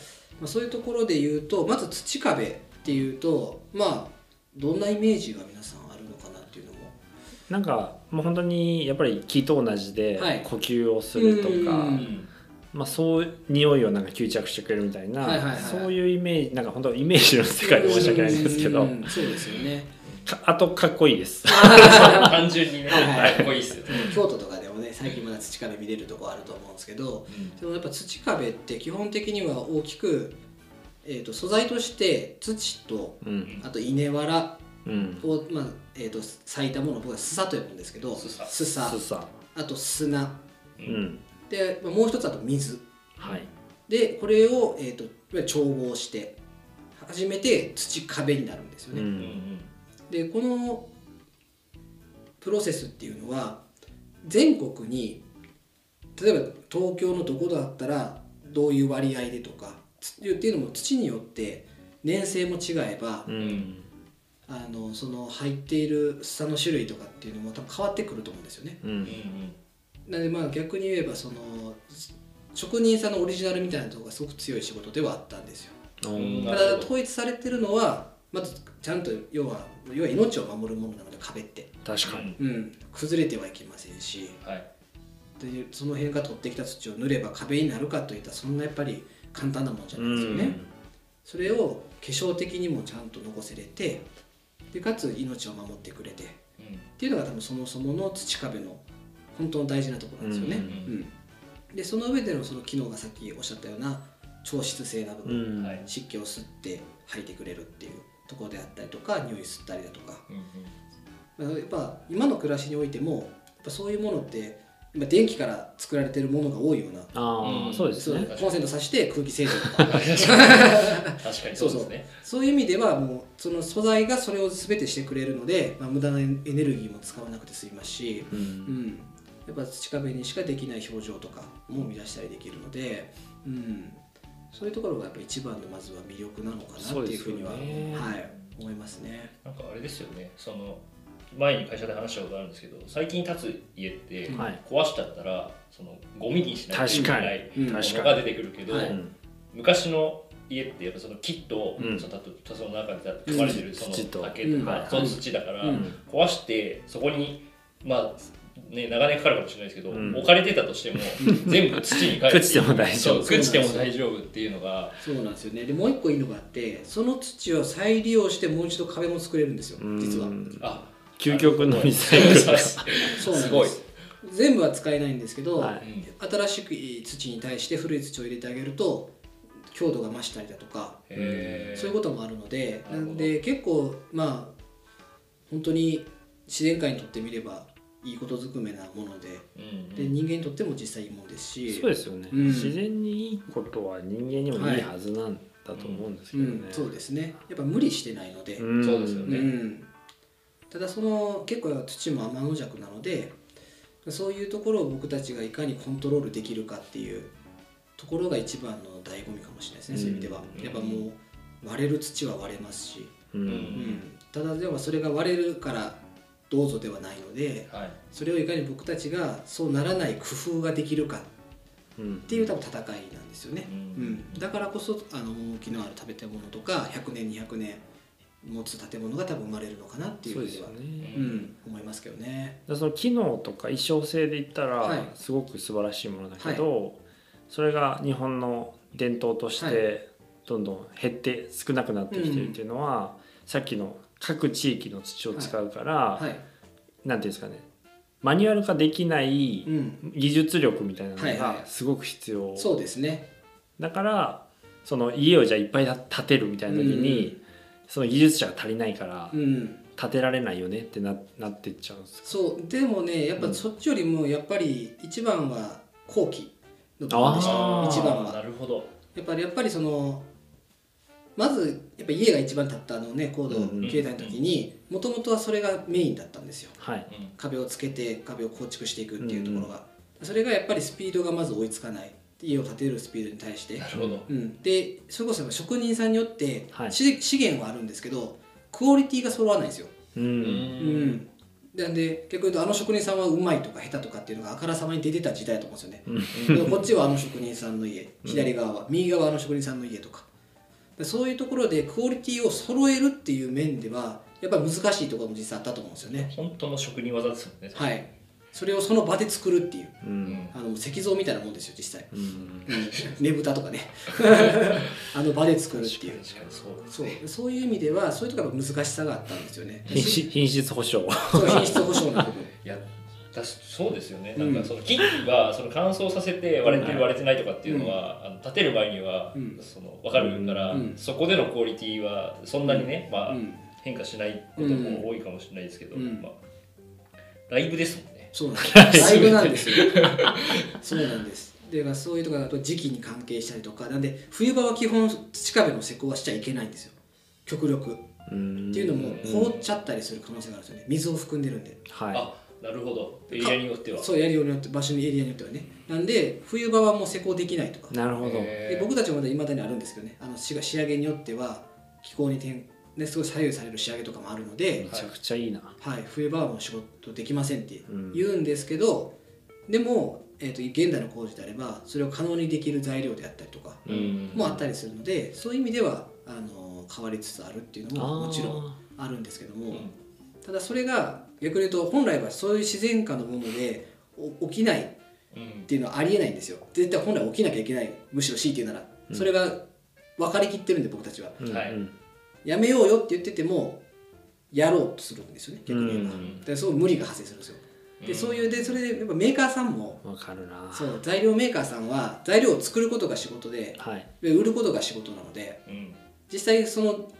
[SPEAKER 3] あ、そういうところで言うとまず土壁っていうとまあどんなイメージが皆さんあるのかなっていうのも
[SPEAKER 2] い、なんかもう本当にやっぱり木と同じで
[SPEAKER 3] はい
[SPEAKER 2] 呼吸をするとか、
[SPEAKER 3] う
[SPEAKER 1] うんん
[SPEAKER 2] まあ、そういう匂いをなんか吸着してくれるみたいな、
[SPEAKER 3] はいはいはい
[SPEAKER 2] そういうイメージなんか本当イメージの世界で申し訳ないんですけ
[SPEAKER 3] う
[SPEAKER 2] ど
[SPEAKER 3] んそうですよね
[SPEAKER 2] かあとかっこいいです。
[SPEAKER 1] 単純にね、
[SPEAKER 3] はいはい
[SPEAKER 1] かっこいいっすよね、
[SPEAKER 3] 京都とかでもね最近まだ土壁見れるとこあると思うんですけどそのやっぱ土壁って基本的には大きく、えー、と素材として土と
[SPEAKER 2] うん
[SPEAKER 3] あと稲わら
[SPEAKER 2] うん、
[SPEAKER 3] を、まあえー、と咲いたものを僕はすさと呼ぶんですけど
[SPEAKER 1] すさ
[SPEAKER 3] すさ
[SPEAKER 2] すさ、
[SPEAKER 3] あと砂
[SPEAKER 1] う
[SPEAKER 2] うんん、
[SPEAKER 3] で、まあ、もう一つあと水
[SPEAKER 2] はい、
[SPEAKER 3] でこれを、えー、といわゆる調合して初めて土壁になるんですよ
[SPEAKER 2] う、
[SPEAKER 3] ね、
[SPEAKER 1] うんうんん
[SPEAKER 3] でこのプロセスっていうのは全国に例えば東京のどこだったらどういう割合でとかつっていうのも土によって粘性も違えば、
[SPEAKER 2] うん、
[SPEAKER 3] あのその入っている砂の種類とかっていうのも多分変わってくると思うんですよね。
[SPEAKER 2] う
[SPEAKER 1] うんんうん
[SPEAKER 3] なのでまあ逆に言えばその職人さんのオリジナルみたいなところがすごく強い仕事ではあったんですよ。
[SPEAKER 1] う
[SPEAKER 2] お
[SPEAKER 1] ん
[SPEAKER 2] ー
[SPEAKER 1] な
[SPEAKER 3] た
[SPEAKER 1] る
[SPEAKER 3] だ
[SPEAKER 1] ほど
[SPEAKER 3] 統一されてるのはまずちゃんと要は要は命を守るものなので壁って、
[SPEAKER 2] 確かに
[SPEAKER 3] うん、崩れてはいけませんし
[SPEAKER 1] はい
[SPEAKER 3] でその辺が取ってきた土を塗れば壁になるかといったらそんなやっぱり簡単なもんじゃ
[SPEAKER 2] う
[SPEAKER 3] ないですよね。
[SPEAKER 2] ん
[SPEAKER 3] それを化粧的にもちゃんと残せれてでかつ命を守ってくれてっ
[SPEAKER 1] うん
[SPEAKER 3] ていうのが多分そもそもの土壁の本当の大事なところなんですよね。
[SPEAKER 2] うん
[SPEAKER 3] うんでその上でのその機能がさっきおっしゃったような調湿性な部
[SPEAKER 2] う
[SPEAKER 3] 分、
[SPEAKER 2] ん
[SPEAKER 1] はい
[SPEAKER 3] 湿気を吸って吐いてくれるっていうところであったりとか匂い吸ったりだとか
[SPEAKER 1] うん
[SPEAKER 3] まあやっぱ今の暮らしにおいてもやっぱそういうものって今電気から作られてるものが多いような
[SPEAKER 2] あ
[SPEAKER 1] う
[SPEAKER 2] あ
[SPEAKER 1] ん
[SPEAKER 2] そうです
[SPEAKER 3] そう
[SPEAKER 2] ね
[SPEAKER 3] コンセント挿して空気清浄と か
[SPEAKER 1] 確かにそうですね
[SPEAKER 3] そういう意味ではもうその素材がそれを全てしてくれるので、まあ、無駄なエネルギーも使わなくて済みますし、
[SPEAKER 2] う
[SPEAKER 3] うんん、やっぱ土壁にしかできない表情とかも生み出したりできるので、うん、そういうところがやっぱ一番のまずは魅力なのかなっていうふうには、
[SPEAKER 2] そうですよね
[SPEAKER 3] はい、思いますね。
[SPEAKER 1] なんかあれですよねその前に会社で話したことあるんですけど最近建つ家って
[SPEAKER 2] はい
[SPEAKER 1] 壊しちゃったらそのゴミにしないと
[SPEAKER 2] 確
[SPEAKER 1] いけな
[SPEAKER 2] かに
[SPEAKER 1] い
[SPEAKER 3] うん
[SPEAKER 1] も
[SPEAKER 2] 確
[SPEAKER 1] の
[SPEAKER 2] か
[SPEAKER 1] が
[SPEAKER 2] に
[SPEAKER 1] 出てくるけど
[SPEAKER 3] は
[SPEAKER 2] う
[SPEAKER 3] い
[SPEAKER 2] ん
[SPEAKER 1] 昔の家ってやっぱその木と、
[SPEAKER 2] うん
[SPEAKER 1] そのたその中で組まれてるその
[SPEAKER 2] 土と
[SPEAKER 1] 竹と
[SPEAKER 2] う
[SPEAKER 1] か
[SPEAKER 2] ん、
[SPEAKER 1] その土だから、
[SPEAKER 3] うん
[SPEAKER 1] 壊してそこにまあね長年かかるかもしれないですけど、
[SPEAKER 2] うん
[SPEAKER 1] 置かれてたとしても全部土に帰る
[SPEAKER 2] 朽ちても大丈夫
[SPEAKER 1] そう朽ちても大丈夫っていうのが
[SPEAKER 3] そうなんですよねでもう一個いいのがあってその土を再利用してもう一度壁も作れるんですよ
[SPEAKER 2] うん
[SPEAKER 3] 実は。
[SPEAKER 1] あ
[SPEAKER 2] 究極のリサイクル
[SPEAKER 1] そうです
[SPEAKER 3] そうなんです
[SPEAKER 1] すごい
[SPEAKER 3] 全部は使えないんですけど、
[SPEAKER 2] はい
[SPEAKER 1] うん
[SPEAKER 3] 新しくいい土に対して古い土を入れてあげると強度が増したりだとか
[SPEAKER 1] へー
[SPEAKER 3] そういうこともあるので
[SPEAKER 1] な
[SPEAKER 3] な
[SPEAKER 1] るほど
[SPEAKER 3] んで結構まあ本当に自然界にとってみればいいことずくめなもので
[SPEAKER 1] うん
[SPEAKER 3] で人間にとっても実際いいものですし
[SPEAKER 2] そうですよね、
[SPEAKER 3] うん
[SPEAKER 2] 自然にいいことは人間にもいいはずなんだと思うんですけ
[SPEAKER 3] う
[SPEAKER 2] どね、
[SPEAKER 3] ん、そうですねやっぱ無理してないので、
[SPEAKER 2] うん
[SPEAKER 1] そうですよ
[SPEAKER 3] う
[SPEAKER 1] ね
[SPEAKER 3] ん、ただその結構土も天の弱なのでそういうところを僕たちがいかにコントロールできるかっていうところが一番の醍醐味かもしれないですね、
[SPEAKER 2] うん
[SPEAKER 3] そういう意味では
[SPEAKER 1] うん
[SPEAKER 3] やっぱもう割れる土は割れますし、
[SPEAKER 2] う
[SPEAKER 1] うん
[SPEAKER 2] ん
[SPEAKER 3] ただではそれが割れるからどうぞではないので
[SPEAKER 1] はい
[SPEAKER 3] それをいかに僕たちがそうならない工夫ができるか
[SPEAKER 2] うん
[SPEAKER 3] っていう多分戦いなんですよね、
[SPEAKER 1] うん
[SPEAKER 3] うんだからこそあの趣のある食べて物とか100年200年持つ建物が多分生まれるのかなっていう
[SPEAKER 2] そ
[SPEAKER 3] ふ
[SPEAKER 2] う
[SPEAKER 3] う
[SPEAKER 2] です
[SPEAKER 3] に
[SPEAKER 2] よね
[SPEAKER 3] はう、ん、思いますけどね。
[SPEAKER 2] だからその機能とか衣装性で言った
[SPEAKER 3] は
[SPEAKER 2] ら
[SPEAKER 3] い
[SPEAKER 2] すごく素晴らしいものだけど、それが日本の伝統とし
[SPEAKER 3] は
[SPEAKER 2] てどんどん減って少なくなってきてるっていうのは、さっきの各地域の土を使うから、
[SPEAKER 3] はい、
[SPEAKER 2] なんていうんですかねマニュアル化できない
[SPEAKER 3] うん、
[SPEAKER 2] 技術力みたいなの
[SPEAKER 3] はいは
[SPEAKER 2] がすごく必要、
[SPEAKER 3] そうですね。
[SPEAKER 2] だからその家をじゃあいっぱい建てるみたいな時に、その技術者が足りないから
[SPEAKER 3] うん、
[SPEAKER 2] 建てられないよねってななってっちゃうんです
[SPEAKER 3] そうでもね、やっ
[SPEAKER 2] う
[SPEAKER 3] ぱ
[SPEAKER 2] ん
[SPEAKER 3] そっちよりもやっぱり一番は後期の部分でした。
[SPEAKER 2] あー
[SPEAKER 3] 一番は
[SPEAKER 1] なるほど
[SPEAKER 3] やっぱりやっぱりそのまずやっぱ家が一番建ったあのね高度
[SPEAKER 2] うんうん
[SPEAKER 3] 経済の時にもともとはそれがメインだったんですよ。
[SPEAKER 2] はい
[SPEAKER 1] うん
[SPEAKER 3] 壁をつけて壁を構築していくっていうところが、それがやっぱりスピードがまず追いつかない家を建てるスピードに対して
[SPEAKER 1] な、るほど
[SPEAKER 3] うん、でそれこそ職人さんによって、
[SPEAKER 2] はい
[SPEAKER 3] し資源はあるんですけどクオリティが揃わないんですよ、
[SPEAKER 2] う
[SPEAKER 1] うん
[SPEAKER 3] うんなんで逆に言うとあの職人さんはうまいとか下手とかっていうのがあからさまに出てた時代だと思うんですよね、でもこっちはあの職人さんの家左側は、右側はあの職人さんの家とかでそういうところでクオリティを揃えるっていう面ではやっぱり難しいところも実際あったと思うんですよ ね
[SPEAKER 1] 本当の職人技ですもんね
[SPEAKER 3] はい、それをその場で作るっていう
[SPEAKER 2] う
[SPEAKER 1] うんん
[SPEAKER 3] あの石像みたいなもんですよ実際
[SPEAKER 2] うん
[SPEAKER 3] ねぶたとかね あの場で作るっていう
[SPEAKER 1] 確かにそうです
[SPEAKER 3] そう
[SPEAKER 1] ね
[SPEAKER 3] そういう意味ではそういうところが難しさがあったんですよね
[SPEAKER 2] 品質品質保証
[SPEAKER 3] そう品質保証の部分
[SPEAKER 1] いやだしそうですよね、
[SPEAKER 3] うん
[SPEAKER 1] なんかその木はその乾燥させて割れて
[SPEAKER 2] うん
[SPEAKER 1] る割れてないとかっていうのは、あの立てる前には、
[SPEAKER 3] うん
[SPEAKER 1] その分かるから、
[SPEAKER 3] うん
[SPEAKER 1] そこでのクオリティはそんなにね、まあ
[SPEAKER 3] うん
[SPEAKER 1] 変化しないことも多いかもしれないですけど、
[SPEAKER 3] うん
[SPEAKER 1] まあ、ライブですもんね。
[SPEAKER 3] そうなんですライブなんですよそうなんですでまあそういうところだと時期に関係したりとかなんで冬場は基本土壁の施工はしちゃいけないんですよ極力っ
[SPEAKER 2] うん
[SPEAKER 3] ていうのも凍っちゃったりする可能性があるんですよね水を含んでるんで
[SPEAKER 2] は
[SPEAKER 1] あなるほどエリアによっては。
[SPEAKER 3] そうやるようによって場所にエリアによってはねなんで冬場はもう施工できないとか
[SPEAKER 2] いなるほど、
[SPEAKER 1] へ
[SPEAKER 3] で
[SPEAKER 1] ー
[SPEAKER 3] 僕たちもまだいまだにあるんですけどねあの仕仕上げによっては気候に転ね、すごい左右される仕上げとかもあるので、
[SPEAKER 2] めちゃくちゃいいな、
[SPEAKER 3] はい、冬場はもう仕事できませんって言うんですけど、でも、えー、と現代の工事であればそれを可能にできる材料であったりとか
[SPEAKER 1] うん
[SPEAKER 3] もあったりするので、そういう意味ではあの変わりつつあるっていうのももちろん
[SPEAKER 2] ん
[SPEAKER 3] あるんですけども、
[SPEAKER 1] うん
[SPEAKER 3] ただそれが逆に言うと本来はそういう自然界のものでお起きないっ
[SPEAKER 1] うん
[SPEAKER 3] ていうのはありえないんですよ絶対本来起きなきゃいけないむしろ強いて言うなら、それが分かりきってるんで僕たちは
[SPEAKER 1] はい
[SPEAKER 2] うん
[SPEAKER 3] やめようよって言っててもやろうとするんですよね逆に言えば、
[SPEAKER 1] うん
[SPEAKER 3] でそう無理が発生するんですよでそういうでそれでやっぱメーカーさんも
[SPEAKER 2] わかるな
[SPEAKER 3] そう材料メーカーさんは材料を作ることが仕事で
[SPEAKER 2] はい
[SPEAKER 3] で売ることが仕事なので
[SPEAKER 1] うん
[SPEAKER 3] 実際その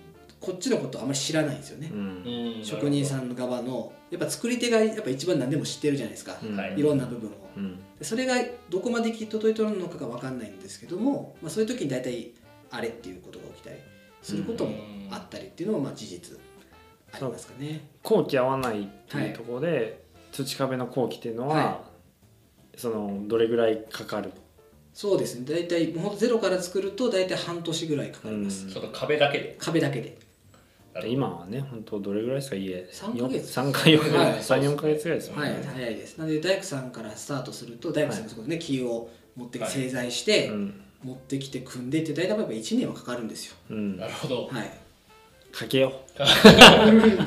[SPEAKER 3] こっちのことあんまり知らないんですよね
[SPEAKER 2] う、ん
[SPEAKER 1] うん
[SPEAKER 3] 職人さんの側のやっぱ作り手がやっぱ一番何でも知ってるじゃないですか、
[SPEAKER 2] うん
[SPEAKER 1] はい
[SPEAKER 3] いろんな部分を
[SPEAKER 2] うん
[SPEAKER 3] でそれがどこまで行き届いてるのかが分かんないんですけども、まあ、そういう時に大体あれっていうことが起きたりすることもあったりっていうのもまあ事実ありますかね。
[SPEAKER 2] 後期合わないっていうところで、土壁の後期っていうのは、
[SPEAKER 3] は
[SPEAKER 2] そのどれぐらいかかる
[SPEAKER 3] そうですね大体もうほんとゼロから作ると大体半年ぐらいかかります、
[SPEAKER 2] うん
[SPEAKER 1] その壁だけで
[SPEAKER 3] 壁だけで
[SPEAKER 2] 今はね本当どれぐらいですか家
[SPEAKER 3] 三ヶ月
[SPEAKER 2] 3か4
[SPEAKER 3] はい
[SPEAKER 2] 34か月ぐらいですもん
[SPEAKER 3] はい、
[SPEAKER 2] ね、
[SPEAKER 3] 早いですなので大工さんからスタートすると大工さんがそこでね、木を持ってき
[SPEAKER 1] はい
[SPEAKER 3] て製材して、
[SPEAKER 2] うん
[SPEAKER 3] 持ってきて組んでって大体やっぱ1年はかかるんですよ
[SPEAKER 2] うん
[SPEAKER 1] なるほど
[SPEAKER 3] はい
[SPEAKER 2] かけよ
[SPEAKER 1] じ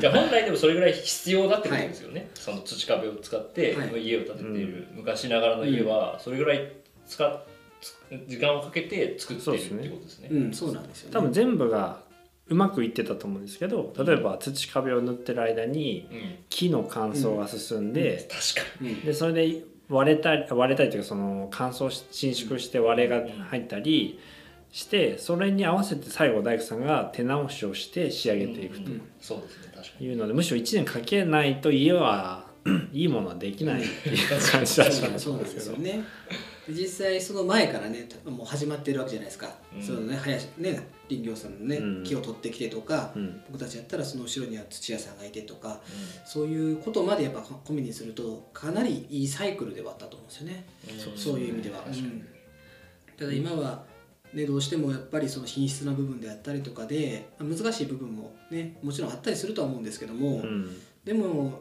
[SPEAKER 1] ゃあ本来でもそれぐらい必要だってことですよね、その土壁を使って
[SPEAKER 3] はい
[SPEAKER 1] 家を建てている、昔ながらの家はそれぐらい使っつ時間をかけて作っているってことですね
[SPEAKER 3] うんそうなんですよ
[SPEAKER 2] う
[SPEAKER 3] ね
[SPEAKER 2] 多分全部がうまくいってたと思うんですけど例えば土壁を塗ってる間に
[SPEAKER 1] うん
[SPEAKER 2] 木の乾燥が進んで、
[SPEAKER 1] 確か
[SPEAKER 3] うん
[SPEAKER 2] でそれで割れたり割れたりというかその乾燥し伸縮して割れが入ったりしてそれに合わせて最後大工さんが手直しをして仕上
[SPEAKER 1] に
[SPEAKER 2] げていく
[SPEAKER 1] うん
[SPEAKER 2] と
[SPEAKER 1] うんそうですね確かに
[SPEAKER 2] いうのでむしろ1年かけないと家はいいものはできないっていう感じだったんで
[SPEAKER 3] そうなんですす
[SPEAKER 2] け
[SPEAKER 3] よ
[SPEAKER 2] ど。
[SPEAKER 3] ねで実際その前からねたもう始まってるわけじゃないですか、
[SPEAKER 1] うん
[SPEAKER 3] そのね林ね林業さんのね、
[SPEAKER 2] うん
[SPEAKER 3] 木を取ってきてとか、
[SPEAKER 2] うん
[SPEAKER 3] 僕たちやったらその後ろには土屋さんがいてとかそういうことまでやっぱ込みにするとかなりいいサイクルではあったと思うんですよね、
[SPEAKER 1] ん
[SPEAKER 3] そういう意味では、
[SPEAKER 1] 確かに
[SPEAKER 3] うんただ今は、ね、どうしてもやっぱりその品質な部分であったりとかでまあ難しい部分もねもちろんあったりするとは思うんですけども、
[SPEAKER 2] うん
[SPEAKER 3] でも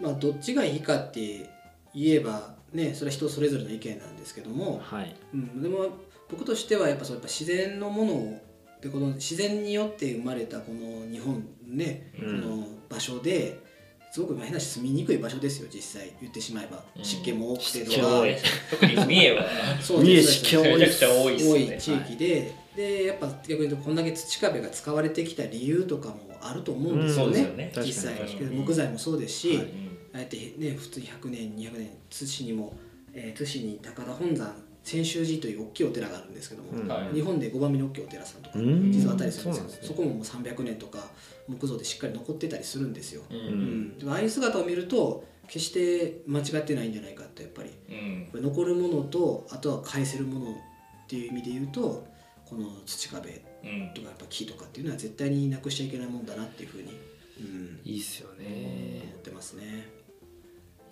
[SPEAKER 3] まあどっちがいいかって言えばねそれは人それぞれの意見なんですけども、
[SPEAKER 2] はい
[SPEAKER 3] うん、でも僕としてはやっぱそうやっぱ自然のものをでこの自然によって生まれたこの日本ね、
[SPEAKER 2] うん
[SPEAKER 3] この場所ですごく変なし住みにくい場所ですよ実際言ってしまえば、
[SPEAKER 1] うん
[SPEAKER 3] 湿気も多くて
[SPEAKER 2] 湿気
[SPEAKER 3] と
[SPEAKER 2] 多
[SPEAKER 3] か
[SPEAKER 2] い。
[SPEAKER 1] 特に三重は
[SPEAKER 3] そう
[SPEAKER 2] 三重
[SPEAKER 3] です
[SPEAKER 2] 市教
[SPEAKER 1] めちゃくちゃ多い
[SPEAKER 3] 多
[SPEAKER 1] で
[SPEAKER 3] い
[SPEAKER 1] すね
[SPEAKER 3] 地域で、でやっぱ逆に言うとこんだけ土壁が使われてきた理由とかもあると思うんですよ
[SPEAKER 1] うん
[SPEAKER 3] ね,、
[SPEAKER 1] そうですよ
[SPEAKER 2] ね
[SPEAKER 3] 実際
[SPEAKER 1] 確かに
[SPEAKER 3] 木材もそうですし、
[SPEAKER 2] は
[SPEAKER 1] うん
[SPEAKER 3] あえてね普通に100年200年津市にも、えー津市に高田本山千秋寺という大きいお寺があるんですけども、
[SPEAKER 2] うん
[SPEAKER 1] はい
[SPEAKER 3] 日本で5番目の大きいお寺さんとか
[SPEAKER 2] うん
[SPEAKER 3] 実はあったりするんです
[SPEAKER 2] そうな
[SPEAKER 3] けど、
[SPEAKER 2] んです
[SPEAKER 3] そ
[SPEAKER 2] ね
[SPEAKER 3] こももう300年とか木造でしっかり残ってたりするんですよ、
[SPEAKER 1] う
[SPEAKER 3] うんんでああいう姿を見ると決して間違ってないんじゃないかってやっぱり
[SPEAKER 1] うん
[SPEAKER 3] これ残るものとあとは返せるものっていう意味で言うとこの土壁
[SPEAKER 1] うん
[SPEAKER 3] とかやっぱ木とかっていうのは絶対になくしちゃいけないもんだなっていうふうに、うん、
[SPEAKER 2] いいっすよ
[SPEAKER 3] 思
[SPEAKER 2] ね
[SPEAKER 3] ってますね。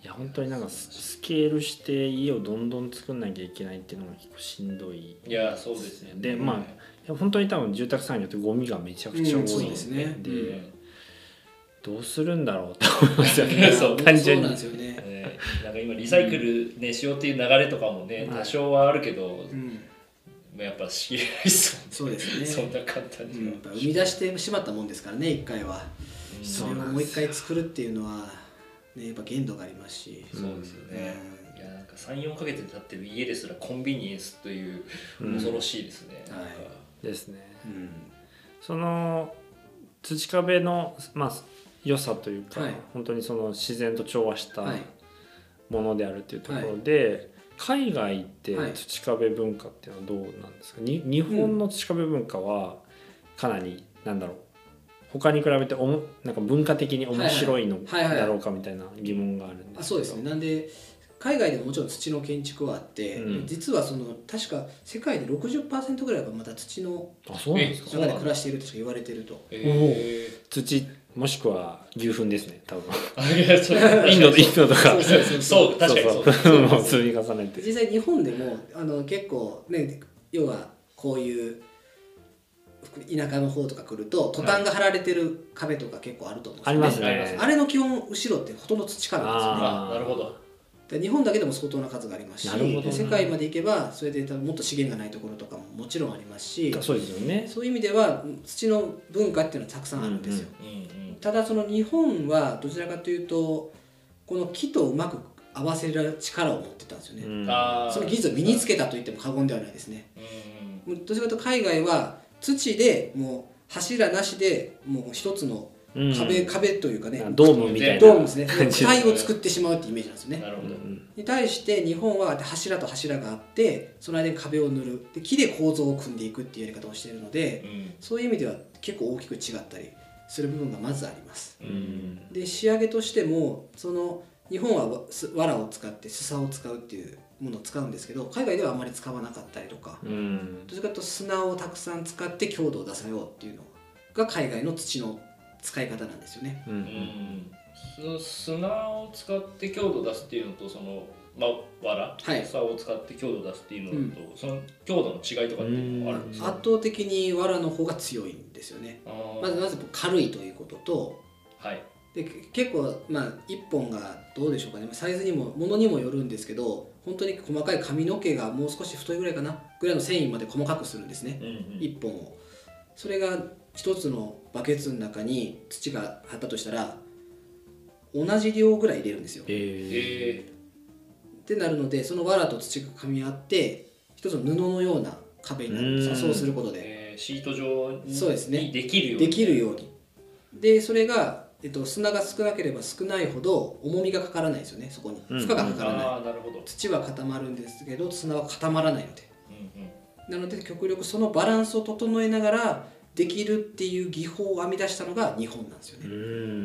[SPEAKER 2] いや本当になんかススケールして家をどんどん作んなきゃいけないっていうのが結構しんどい
[SPEAKER 1] いやそうですね
[SPEAKER 2] でまあ
[SPEAKER 1] うん
[SPEAKER 2] いや本当に多分住宅産業ってゴミがめちゃくちゃ多いん
[SPEAKER 3] うんそうですね
[SPEAKER 2] で
[SPEAKER 1] うん
[SPEAKER 2] どうするんだろうって思いますよ
[SPEAKER 1] いや
[SPEAKER 2] ね
[SPEAKER 1] そ
[SPEAKER 2] そう
[SPEAKER 1] う
[SPEAKER 2] 単純
[SPEAKER 3] そうな
[SPEAKER 2] に
[SPEAKER 3] んですよね。
[SPEAKER 1] ねなんか今リサイクルねしようっていう流れとかもね
[SPEAKER 2] はい
[SPEAKER 1] 多少はあるけど
[SPEAKER 3] うん、
[SPEAKER 1] やっぱ知り合いそ
[SPEAKER 3] そうです
[SPEAKER 1] う
[SPEAKER 3] ね。
[SPEAKER 1] そんな簡単
[SPEAKER 3] う
[SPEAKER 1] に
[SPEAKER 3] ん、
[SPEAKER 1] は
[SPEAKER 3] やっぱ生み出してしまったもんですからね、一回は。
[SPEAKER 1] うん
[SPEAKER 2] そ
[SPEAKER 3] そうれ
[SPEAKER 2] な
[SPEAKER 3] を
[SPEAKER 2] ん
[SPEAKER 3] もう
[SPEAKER 2] で
[SPEAKER 3] 一
[SPEAKER 2] すよ
[SPEAKER 3] 回作るっていうのは、ね、やっぱ限度がありますし。
[SPEAKER 1] そうですよね。
[SPEAKER 3] うん
[SPEAKER 1] いやなんか三四ヶ月経ってる家ですらコンビニエンスという
[SPEAKER 2] うん
[SPEAKER 1] 恐ろしいですね。
[SPEAKER 3] はい
[SPEAKER 2] ですね
[SPEAKER 3] うん、
[SPEAKER 2] その土壁のまあ良さというか、
[SPEAKER 3] はい
[SPEAKER 2] 本当にその自然と調和した
[SPEAKER 3] はい。
[SPEAKER 2] ものであるっていうところで、海外って
[SPEAKER 3] はい
[SPEAKER 2] 土壁文化っていうのはどうなんですか、に日本の土壁文化はかなりなんだろう他に比べておもなんか文化的に面白いの
[SPEAKER 3] はいはいはいはい
[SPEAKER 2] だろうかみたいな疑問があるんですけど
[SPEAKER 3] あ、そうですね。なんで。海外でももちろん土の建築はあって、
[SPEAKER 2] うん
[SPEAKER 3] 実はその確か世界で60%ぐらいはまた土の
[SPEAKER 2] あそうなんですか
[SPEAKER 1] え
[SPEAKER 3] 中で暮らしているとしか言われてると
[SPEAKER 1] え
[SPEAKER 2] 土もしくは牛糞ですね多 分
[SPEAKER 1] ー、いやちょっと
[SPEAKER 2] インドインドとか
[SPEAKER 3] そうそうそう
[SPEAKER 1] そう確かにそうです。
[SPEAKER 2] そうも う積み重ねて
[SPEAKER 3] 実際日本でもあの結構ね要はこういう田舎の方とか来るとトタンが張られてる壁とか結構あると思うんです
[SPEAKER 2] あ
[SPEAKER 3] よ
[SPEAKER 2] り
[SPEAKER 3] ね
[SPEAKER 2] ます
[SPEAKER 1] ありま
[SPEAKER 2] ね
[SPEAKER 1] す
[SPEAKER 3] あれの基本後ろってほとんど土壁なんで
[SPEAKER 1] あ
[SPEAKER 2] あー
[SPEAKER 1] なるほど
[SPEAKER 3] すよねで日本だけでも相当な数がありますし
[SPEAKER 2] なるほどな
[SPEAKER 3] 世界まで行けばそれで多分もっと資源がないところとかももちろんありますし
[SPEAKER 2] そうですよね
[SPEAKER 3] そういう意味では土の文化っていうのはたくさんあるんですよ、
[SPEAKER 1] うんうん
[SPEAKER 3] ただその日本はどちらかというとこの木とうまく合わせる力を持ってたんですよね、
[SPEAKER 2] うん
[SPEAKER 1] あー
[SPEAKER 3] その技術を身につけたと言っても過言ではないですね
[SPEAKER 1] うんうん
[SPEAKER 3] もうどちらかというと海外は土でもう柱なしでもう一つの
[SPEAKER 2] うん
[SPEAKER 3] 壁、壁というかね
[SPEAKER 2] ドームみたいな
[SPEAKER 3] ドームですね
[SPEAKER 2] 感じ
[SPEAKER 3] 体を作ってしまうってイメージなんですよね
[SPEAKER 1] なるほど、
[SPEAKER 3] に対して日本は柱と柱があってその間に壁を塗るで木で構造を組んでいくっていうやり方をしているので
[SPEAKER 1] うん
[SPEAKER 3] そういう意味では結構大きく違ったりする部分がまずあります
[SPEAKER 1] う
[SPEAKER 2] うんん
[SPEAKER 3] で仕上げとしてもその日本はわす藁を使ってすさを使うっていうものを使うんですけど海外ではあまり使わなかったりとか
[SPEAKER 2] うん
[SPEAKER 3] どっちかというと砂をたくさん使って強度を出さようっていうのが海外の土の使い方なんですよね。
[SPEAKER 2] う
[SPEAKER 1] うんんす砂を使って強度を出すっていうのとそのまあ藁、
[SPEAKER 3] はい
[SPEAKER 1] 砂を使って強度を出すっていうのと、その強度の違いとかっていうのはあるんですか
[SPEAKER 3] 圧倒的に藁の方が強いんですよね。
[SPEAKER 1] あー
[SPEAKER 3] まずまず軽いということと
[SPEAKER 1] はい
[SPEAKER 3] でけ結構まあ1本がどうでしょうかねサイズにもものにもよるんですけど本当に細かい髪の毛がもう少し太いぐらいかなぐらいの繊維まで細かくするんですね
[SPEAKER 1] うんうん
[SPEAKER 3] 1本を。それが1つのバケツの中に土が張ったとしたら同じ量ぐらい入れるんですよ。
[SPEAKER 2] え
[SPEAKER 1] え
[SPEAKER 3] ってなるのでその藁と土が噛み合って一つの布のような壁になるんですよ
[SPEAKER 2] うん
[SPEAKER 3] そうすること
[SPEAKER 1] ー
[SPEAKER 3] で
[SPEAKER 1] えーシート状に
[SPEAKER 3] そうですね
[SPEAKER 1] にできるように
[SPEAKER 3] できるようにでそれが、えっと、砂が少なければ少ないほど重みがかからないですよねそこに
[SPEAKER 2] うん
[SPEAKER 3] 負荷がかからない、
[SPEAKER 1] ああなるほど、
[SPEAKER 3] 土は固まるんですけど砂は固まらないので
[SPEAKER 1] うんうん、
[SPEAKER 3] なので極力そのバランスを整えながらできるっていう技法を編み出したのが日本なんですよ
[SPEAKER 2] ーう
[SPEAKER 3] ね、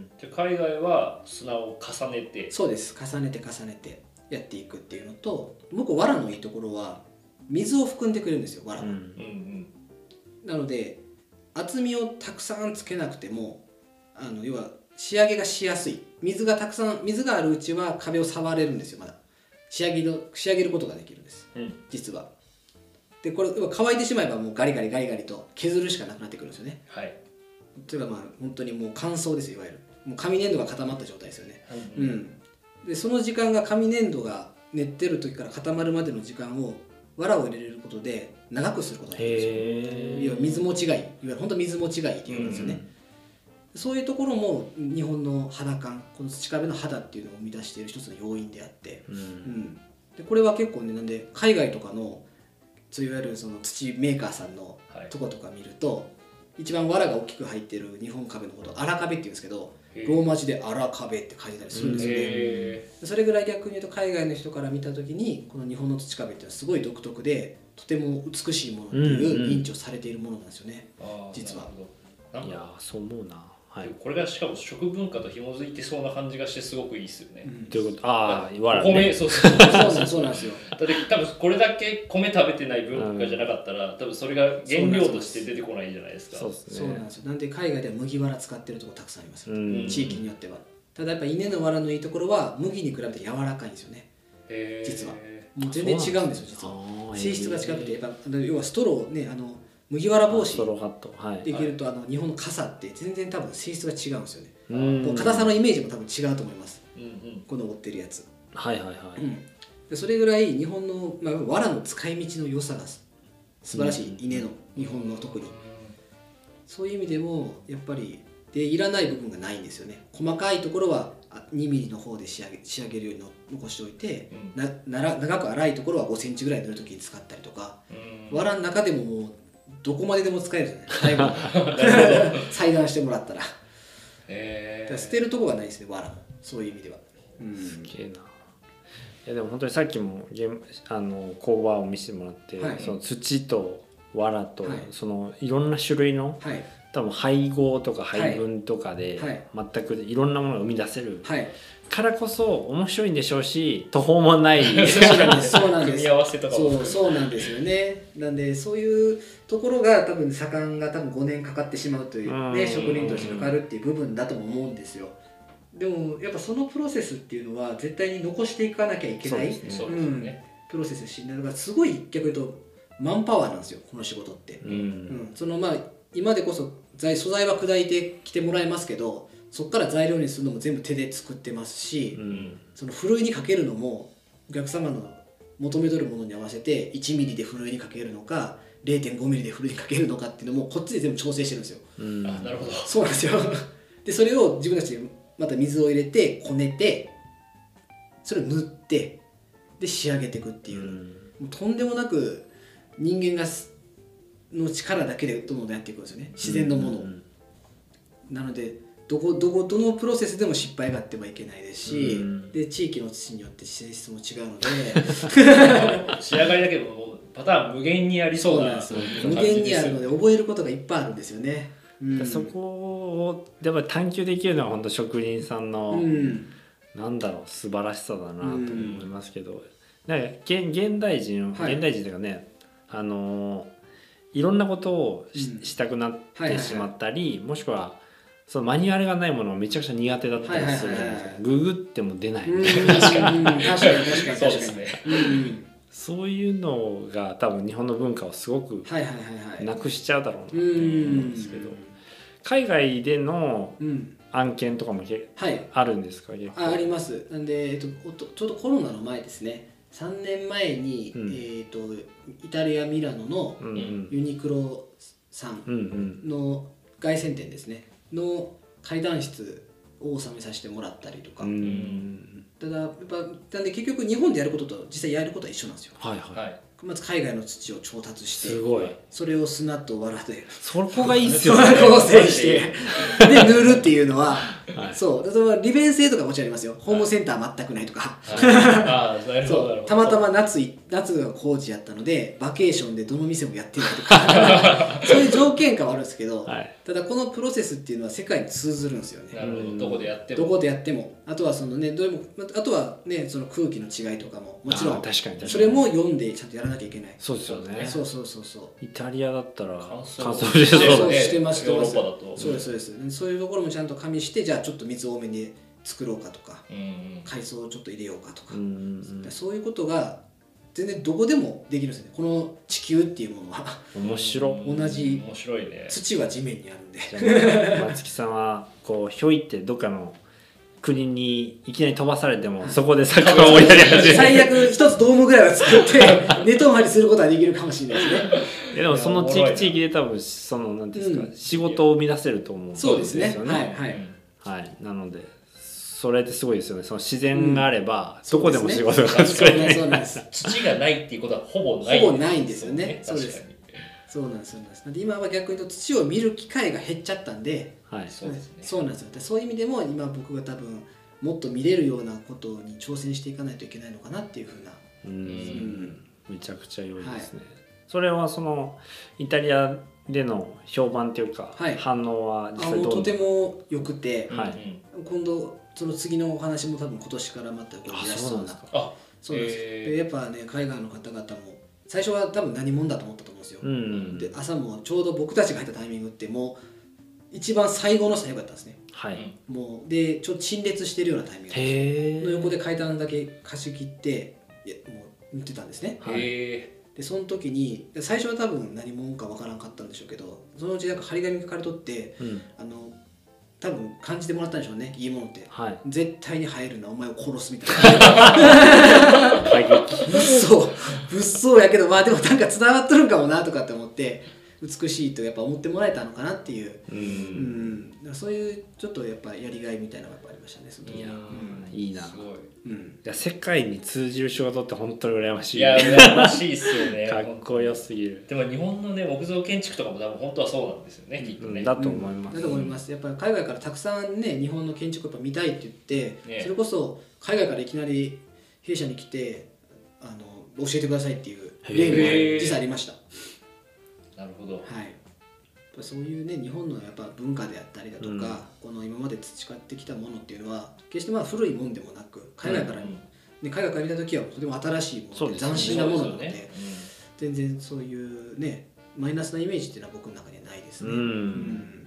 [SPEAKER 2] ん
[SPEAKER 1] じゃあ海外は砂を重ねて
[SPEAKER 3] そうです重ねて重ねてやっていくっていうのと向こう藁のいいところは水を含んでくれるんですよ藁は、
[SPEAKER 2] うん
[SPEAKER 1] うん
[SPEAKER 3] なので厚みをたくさんつけなくてもあの要は仕上げがしやすい水がたくさん水があるうちは壁を触れるんですよまだ仕上げの仕上げることができるんです
[SPEAKER 1] うんうん
[SPEAKER 3] 実はでこれ要は乾いてしまえばもうガリガリガリガリと削るしかなくなってくるんですよね
[SPEAKER 1] はい、
[SPEAKER 3] というかまあ本当にもう乾燥ですよいわゆるもう紙粘土が固まった状態ですよねう
[SPEAKER 1] うん
[SPEAKER 3] ん、でその時間が紙粘土が練ってる時から固まるまでの時間を藁を入れることで長くすることができるんです
[SPEAKER 2] へ
[SPEAKER 3] よ
[SPEAKER 2] ー
[SPEAKER 3] 要は水持ちがいいいわゆる本当水持ちがいいっていうんですよね、そういうところも日本の肌感この土壁の肌っていうのを生み出している一つの要因であって、
[SPEAKER 2] うん
[SPEAKER 3] うん、でこれは結構ねなんで海外とかのそういわゆるその土メーカーさんの
[SPEAKER 1] はい
[SPEAKER 3] とことか見ると、一番藁が大きく入ってる日本壁のことを荒壁っていうんですけど
[SPEAKER 1] へー
[SPEAKER 3] ローマ字で荒壁って書いてたりするんですよね、
[SPEAKER 1] へ
[SPEAKER 3] それぐらい逆に言うと海外の人から見た時にこの日本の土壁っていうのはすごい独特でとても美しいものっていう
[SPEAKER 2] うんうん
[SPEAKER 3] 認知をされているものなんですよね。
[SPEAKER 1] ーあー
[SPEAKER 3] 実は
[SPEAKER 1] なるほどなん
[SPEAKER 2] い
[SPEAKER 1] か
[SPEAKER 2] やーそう思うなはい
[SPEAKER 1] これがしかも食文化と紐づいてそうな感じがしてすごくいいですよね、
[SPEAKER 3] うん
[SPEAKER 2] ということああ
[SPEAKER 1] お
[SPEAKER 2] わら
[SPEAKER 1] 米、
[SPEAKER 2] ね
[SPEAKER 1] そうそうそう
[SPEAKER 3] そうなんそうなんですよ。
[SPEAKER 1] だって多分これだけ米食べてない文化じゃなかったら、多分それが原料として出てこないじゃないですか
[SPEAKER 2] そうです
[SPEAKER 3] そうなん
[SPEAKER 2] ね
[SPEAKER 3] ですよ。なんで海外では麦わら使ってるとこたくさんあります。
[SPEAKER 2] うん
[SPEAKER 3] 地域によっては。ただやっぱ稲の藁のいいところは麦に比べて柔らかいんですよね。
[SPEAKER 1] へー
[SPEAKER 3] 実はもう全然違うんですよ実は。
[SPEAKER 2] は
[SPEAKER 3] 性質が違くてやっぱあの要はストローねあの麦わら帽
[SPEAKER 2] スト
[SPEAKER 3] 子
[SPEAKER 2] ローハットはい
[SPEAKER 3] できるとあの日本の傘って全然多分性質が違うんですよね。
[SPEAKER 2] うん
[SPEAKER 3] こう硬さのイメージも多分違うと思います。
[SPEAKER 1] うんうん
[SPEAKER 3] この折ってるやつ。
[SPEAKER 2] はいはいは
[SPEAKER 3] うんでそれぐらい日本の、まあ、藁の使い道の良さがす素晴らしい稲の日本の特にそういう意味でもやっぱりでいらない部分がないんですよね細かいところはあ2ミリの方で仕上げ仕上げるようにの残しておいて
[SPEAKER 1] うん
[SPEAKER 3] ななら長く粗いところは5センチぐらい塗る時に使ったりとか
[SPEAKER 1] うん
[SPEAKER 3] 藁の中でももうどこまででも使えるじゃ ない最後 裁断してもらったらだか
[SPEAKER 1] へー
[SPEAKER 3] ら 捨てるとこがないですね藁もそういう意味では、うん
[SPEAKER 2] いすげえないやでも本当にさっきも現あの工場を見せてもらって、
[SPEAKER 3] はい
[SPEAKER 2] その土と藁と、
[SPEAKER 3] はい
[SPEAKER 2] い、そのいろんな種類の
[SPEAKER 3] はい
[SPEAKER 2] 多分配合とか
[SPEAKER 3] はい
[SPEAKER 2] 配分とかで、全くいろんなものが生み出せる
[SPEAKER 3] はい
[SPEAKER 2] からこそ面白いんでしょうし途方もない
[SPEAKER 3] そうなんですそうなんで
[SPEAKER 1] 組
[SPEAKER 3] す
[SPEAKER 1] み合わせとかも
[SPEAKER 3] そうそうなんですよねなんでそういうところが多分盛んが多分5年かかってしまうといううんね職人としてかかるっていう部分だとも思うんですよでもやっぱそのプロセスっていうのは絶対に残していかなきゃいけ
[SPEAKER 2] そう
[SPEAKER 3] な
[SPEAKER 2] で
[SPEAKER 3] い
[SPEAKER 2] すね
[SPEAKER 1] そうですよね、
[SPEAKER 3] プロセスしながらすごい逆に言うとマンパワーなんですよこの仕事って、
[SPEAKER 2] う
[SPEAKER 3] うんん、そのまあ今でこそ材素材は砕いてきてもらえますけどそこから材料にするのも全部手で作ってますし、
[SPEAKER 2] うん
[SPEAKER 3] そのふるいにかけるのもお客様の求めとるものに合わせて1ミリでふるいにかけるのか0.5ミリでふるいにかけるのかっていうのもこっちで全部調整してるんですよ。
[SPEAKER 2] うん
[SPEAKER 1] あなるほど
[SPEAKER 3] そうなんですよ でそれを自分たちでまた水を入れてこねてそれを塗ってで仕上げていくっていう、もうとんでもなく人間がすの力だけでどんどんやっていくんですよね自然のものを、
[SPEAKER 2] うん
[SPEAKER 3] なのでどこどこどのプロセスでも失敗があってはいけないですし、
[SPEAKER 2] うん
[SPEAKER 3] で地域の土によって性質も違うので
[SPEAKER 1] 仕上がりだけどもうパターン無限にありそうな
[SPEAKER 3] そうなんですよ無限にあるので覚えることがいっぱいあるんですよね、うん、
[SPEAKER 2] そこをでも探求できるのは本当職人さんの、
[SPEAKER 3] うん
[SPEAKER 2] なんだろう素晴らしさだなと
[SPEAKER 3] うん
[SPEAKER 2] 思いますけど、なんか現現代人、
[SPEAKER 3] はい
[SPEAKER 2] 現代人というかねあのーいろんなことをし,、
[SPEAKER 3] うん
[SPEAKER 2] たくなっ
[SPEAKER 3] はいはい
[SPEAKER 2] て
[SPEAKER 3] はい
[SPEAKER 2] しまったり、もしくはそのマニュアルがないものをめちゃくちゃ苦手だったりするじゃないですか、
[SPEAKER 3] はいはいはいはい
[SPEAKER 2] ググっても出ない、
[SPEAKER 3] うん確かに確かに確かに確かに
[SPEAKER 1] そうですね
[SPEAKER 3] うん
[SPEAKER 2] そういうのが多分日本の文化をすごく
[SPEAKER 3] はいはいはいは
[SPEAKER 2] ないくしちゃうだろうなと
[SPEAKER 3] う
[SPEAKER 2] 思うん
[SPEAKER 3] ん
[SPEAKER 2] ですけど、海外での
[SPEAKER 3] うん
[SPEAKER 2] 案件とかもけ
[SPEAKER 3] はい
[SPEAKER 2] あるんですか結構
[SPEAKER 3] あありますなんで、えっと、おとちょうどコロナの前ですね3年前に、
[SPEAKER 2] うん
[SPEAKER 3] えっとイタリア・ミラノの
[SPEAKER 2] うんうん
[SPEAKER 3] ユニクロさん
[SPEAKER 2] うんうん
[SPEAKER 3] の凱旋店ですねの階段室を収めさせてもらったりとか、
[SPEAKER 2] うん
[SPEAKER 3] ただやっぱなんで結局日本でやることと実際やることは一緒なんですよ
[SPEAKER 2] はいはい、
[SPEAKER 1] はい
[SPEAKER 3] まず海外の土を調達して
[SPEAKER 2] すごい
[SPEAKER 3] それを砂と藁で
[SPEAKER 2] そこがいいっすよ
[SPEAKER 3] 砂
[SPEAKER 2] ね。
[SPEAKER 3] 合成して で塗るっていうのは、
[SPEAKER 2] はい
[SPEAKER 3] そうそれは利便性とかもちろんありますよホームセンター全くないとか、
[SPEAKER 1] あーなるほどなる
[SPEAKER 3] そ
[SPEAKER 1] ほ
[SPEAKER 3] う
[SPEAKER 1] ど
[SPEAKER 3] たまたま夏い夏が工事やったのでバケーションでどの店もやってない とかそういう条件下はあるんですけど、
[SPEAKER 2] はい。
[SPEAKER 3] ただこのプロセスっていうのは世界に通ずるんですよね
[SPEAKER 1] なるほどどこでやって
[SPEAKER 3] ど
[SPEAKER 1] も
[SPEAKER 3] こでやってもあとはそのねどれもあとはねその空気の違いとかももちろ
[SPEAKER 2] あー
[SPEAKER 3] ん
[SPEAKER 2] 確かに確かに。
[SPEAKER 3] それも読んでちゃんとやらなきゃいけない
[SPEAKER 2] そうですよね。
[SPEAKER 3] そうそうそうそう
[SPEAKER 2] イタリアだったら
[SPEAKER 1] 乾燥
[SPEAKER 2] 乾燥でしょ。
[SPEAKER 1] 乾
[SPEAKER 2] そ
[SPEAKER 1] 燥
[SPEAKER 2] う
[SPEAKER 1] で
[SPEAKER 3] してます
[SPEAKER 1] ヨーロッパだと
[SPEAKER 3] そうですそうですそういうところもちゃんと加味してじゃあちょっと水多めに作ろうかとか
[SPEAKER 1] うんうん
[SPEAKER 3] 海藻をちょっと入れようかとか
[SPEAKER 2] うんうん
[SPEAKER 3] そういうことが全然どこでもできるんですよねこの地球っていうものは
[SPEAKER 2] うん。面白。
[SPEAKER 1] うん
[SPEAKER 3] 同じ
[SPEAKER 1] 面白いね
[SPEAKER 3] 土は地面にあるん
[SPEAKER 2] じ
[SPEAKER 3] で
[SPEAKER 2] ゃあ 松木さんはこうひょいってどっかの国にいきなり飛ばされてもそこでサッカーをやり始める。
[SPEAKER 3] 最悪一つドームぐらいは作 って寝泊まりすることはできるかもしれないですね
[SPEAKER 2] いやでもその
[SPEAKER 1] い
[SPEAKER 2] 地
[SPEAKER 1] やおもろい
[SPEAKER 2] 域
[SPEAKER 1] な
[SPEAKER 2] 地域で多分そのなんていうんです
[SPEAKER 3] う
[SPEAKER 2] か仕事を生み出せると思うん
[SPEAKER 3] そうですね
[SPEAKER 2] よ
[SPEAKER 3] はいはい
[SPEAKER 1] うん
[SPEAKER 2] はい。なのでそれってすごいですよね。その自然があればどこでも仕
[SPEAKER 3] そ
[SPEAKER 2] 事が
[SPEAKER 3] うですね
[SPEAKER 2] 作れる。
[SPEAKER 3] そうなんです
[SPEAKER 1] 土がないっていうことはほぼない
[SPEAKER 3] ほぼないんですよね
[SPEAKER 1] そう
[SPEAKER 3] そう
[SPEAKER 1] ね
[SPEAKER 3] です
[SPEAKER 1] 確か
[SPEAKER 3] そうなんですそうなんですなんで今は逆に言うと土を見る機会が減っちゃったんで
[SPEAKER 2] はい
[SPEAKER 1] に。そうですね
[SPEAKER 3] そうなんですよでそういう意味でも今僕が多分もっと見れるようなことに挑戦していかないといけないのかなっていうふうな
[SPEAKER 2] う
[SPEAKER 1] うん
[SPEAKER 2] ん、めちゃくちゃ良いですね、それはそのイタリアでの評判というか、
[SPEAKER 3] はい
[SPEAKER 2] 反応は実
[SPEAKER 3] あ
[SPEAKER 2] 際
[SPEAKER 3] もう
[SPEAKER 2] どう
[SPEAKER 3] とても良くて
[SPEAKER 1] うん
[SPEAKER 2] はい
[SPEAKER 1] うん
[SPEAKER 3] 今度その次のお話も多分今年からまた動き出
[SPEAKER 2] あ
[SPEAKER 3] し
[SPEAKER 2] そう
[SPEAKER 3] そ
[SPEAKER 2] な
[SPEAKER 3] うん
[SPEAKER 2] です
[SPEAKER 3] な
[SPEAKER 2] か
[SPEAKER 1] あ
[SPEAKER 3] そうなんです、
[SPEAKER 1] へー
[SPEAKER 3] でやっぱね海外の方々も最初は多分何者だと思ったと思うんですよ、
[SPEAKER 2] うんうん
[SPEAKER 3] で朝もちょうど僕たちが入ったタイミングってもう一番最後の最後だったんですね
[SPEAKER 2] は
[SPEAKER 1] うん
[SPEAKER 2] い
[SPEAKER 3] もうでちょっと陳列してるようなタイミング
[SPEAKER 2] へえ
[SPEAKER 3] の横で階段だけ貸し切っていやもう見てたんですね
[SPEAKER 2] はい
[SPEAKER 1] へえ
[SPEAKER 3] でその時に最初は多分何者かわからんかったんでしょうけどそのうちなんか張り紙書かれとって
[SPEAKER 2] うん
[SPEAKER 3] あの多分感じてもらったんでしょうねいいものって
[SPEAKER 2] はい
[SPEAKER 3] 絶対に入るなお前を殺すみた いな
[SPEAKER 2] 過激
[SPEAKER 3] 物騒物騒やけどまあでもなんか伝わっとるんかもなとかって思って美しいとやっぱ思ってもらえたのかなっていう、
[SPEAKER 2] う
[SPEAKER 3] うんん、だからそういうちょっとやっぱやりがいみたいなのがやっぱありましたねその時
[SPEAKER 2] いや
[SPEAKER 3] う
[SPEAKER 2] ー
[SPEAKER 3] ん
[SPEAKER 2] いいな
[SPEAKER 1] すごい
[SPEAKER 3] うん
[SPEAKER 2] いや世界に通じる仕事って本当に羨ましい
[SPEAKER 1] いや羨ましいっすよね
[SPEAKER 2] かっこよすぎる、
[SPEAKER 1] でも日本のね木造建築とかも多分本当はそうなんですよね、きっと
[SPEAKER 2] う
[SPEAKER 1] ね
[SPEAKER 2] んだと思います
[SPEAKER 3] だと思いますやっぱり海外からたくさんね日本の建築をやっぱ見たいって言って、
[SPEAKER 1] ね
[SPEAKER 3] それこそ海外からいきなり弊社に来てあの教えてくださいっていう例
[SPEAKER 1] へ
[SPEAKER 3] も
[SPEAKER 1] ー
[SPEAKER 3] 実際ありました
[SPEAKER 1] なるほど
[SPEAKER 3] はい、やっぱそういうね日本のやっぱ文化であったりだとか、
[SPEAKER 2] うん
[SPEAKER 3] この今まで培ってきたものっていうのは決してまあ古いもんでもなく海外から、ね、海外から見た時はとても新しいも
[SPEAKER 2] そ
[SPEAKER 3] の
[SPEAKER 2] うで
[SPEAKER 3] で
[SPEAKER 2] すね
[SPEAKER 3] 斬新なものなので
[SPEAKER 1] そうです
[SPEAKER 3] 全然そういうねマイナスなイメージっていうのは僕の中にはないですね。
[SPEAKER 2] うん
[SPEAKER 3] うん
[SPEAKER 1] よねうんめ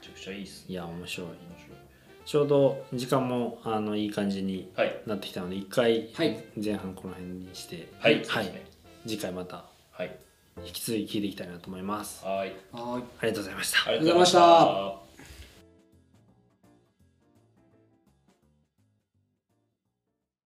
[SPEAKER 1] ちゃくちゃいいっすね
[SPEAKER 2] いや面白い
[SPEAKER 1] 面白い
[SPEAKER 2] ちょうど時間もあのいい感じに
[SPEAKER 1] はい
[SPEAKER 2] なってきたので一回
[SPEAKER 3] はい
[SPEAKER 2] 前半この辺にして
[SPEAKER 1] はい、
[SPEAKER 2] は
[SPEAKER 1] そうです
[SPEAKER 2] い
[SPEAKER 1] ね
[SPEAKER 2] 次回また
[SPEAKER 1] はい
[SPEAKER 2] 引き続き聞いていきたいなと思います。
[SPEAKER 1] はい
[SPEAKER 3] はい
[SPEAKER 2] ありがとうございました。
[SPEAKER 1] あ
[SPEAKER 3] りがとうございました
[SPEAKER 1] た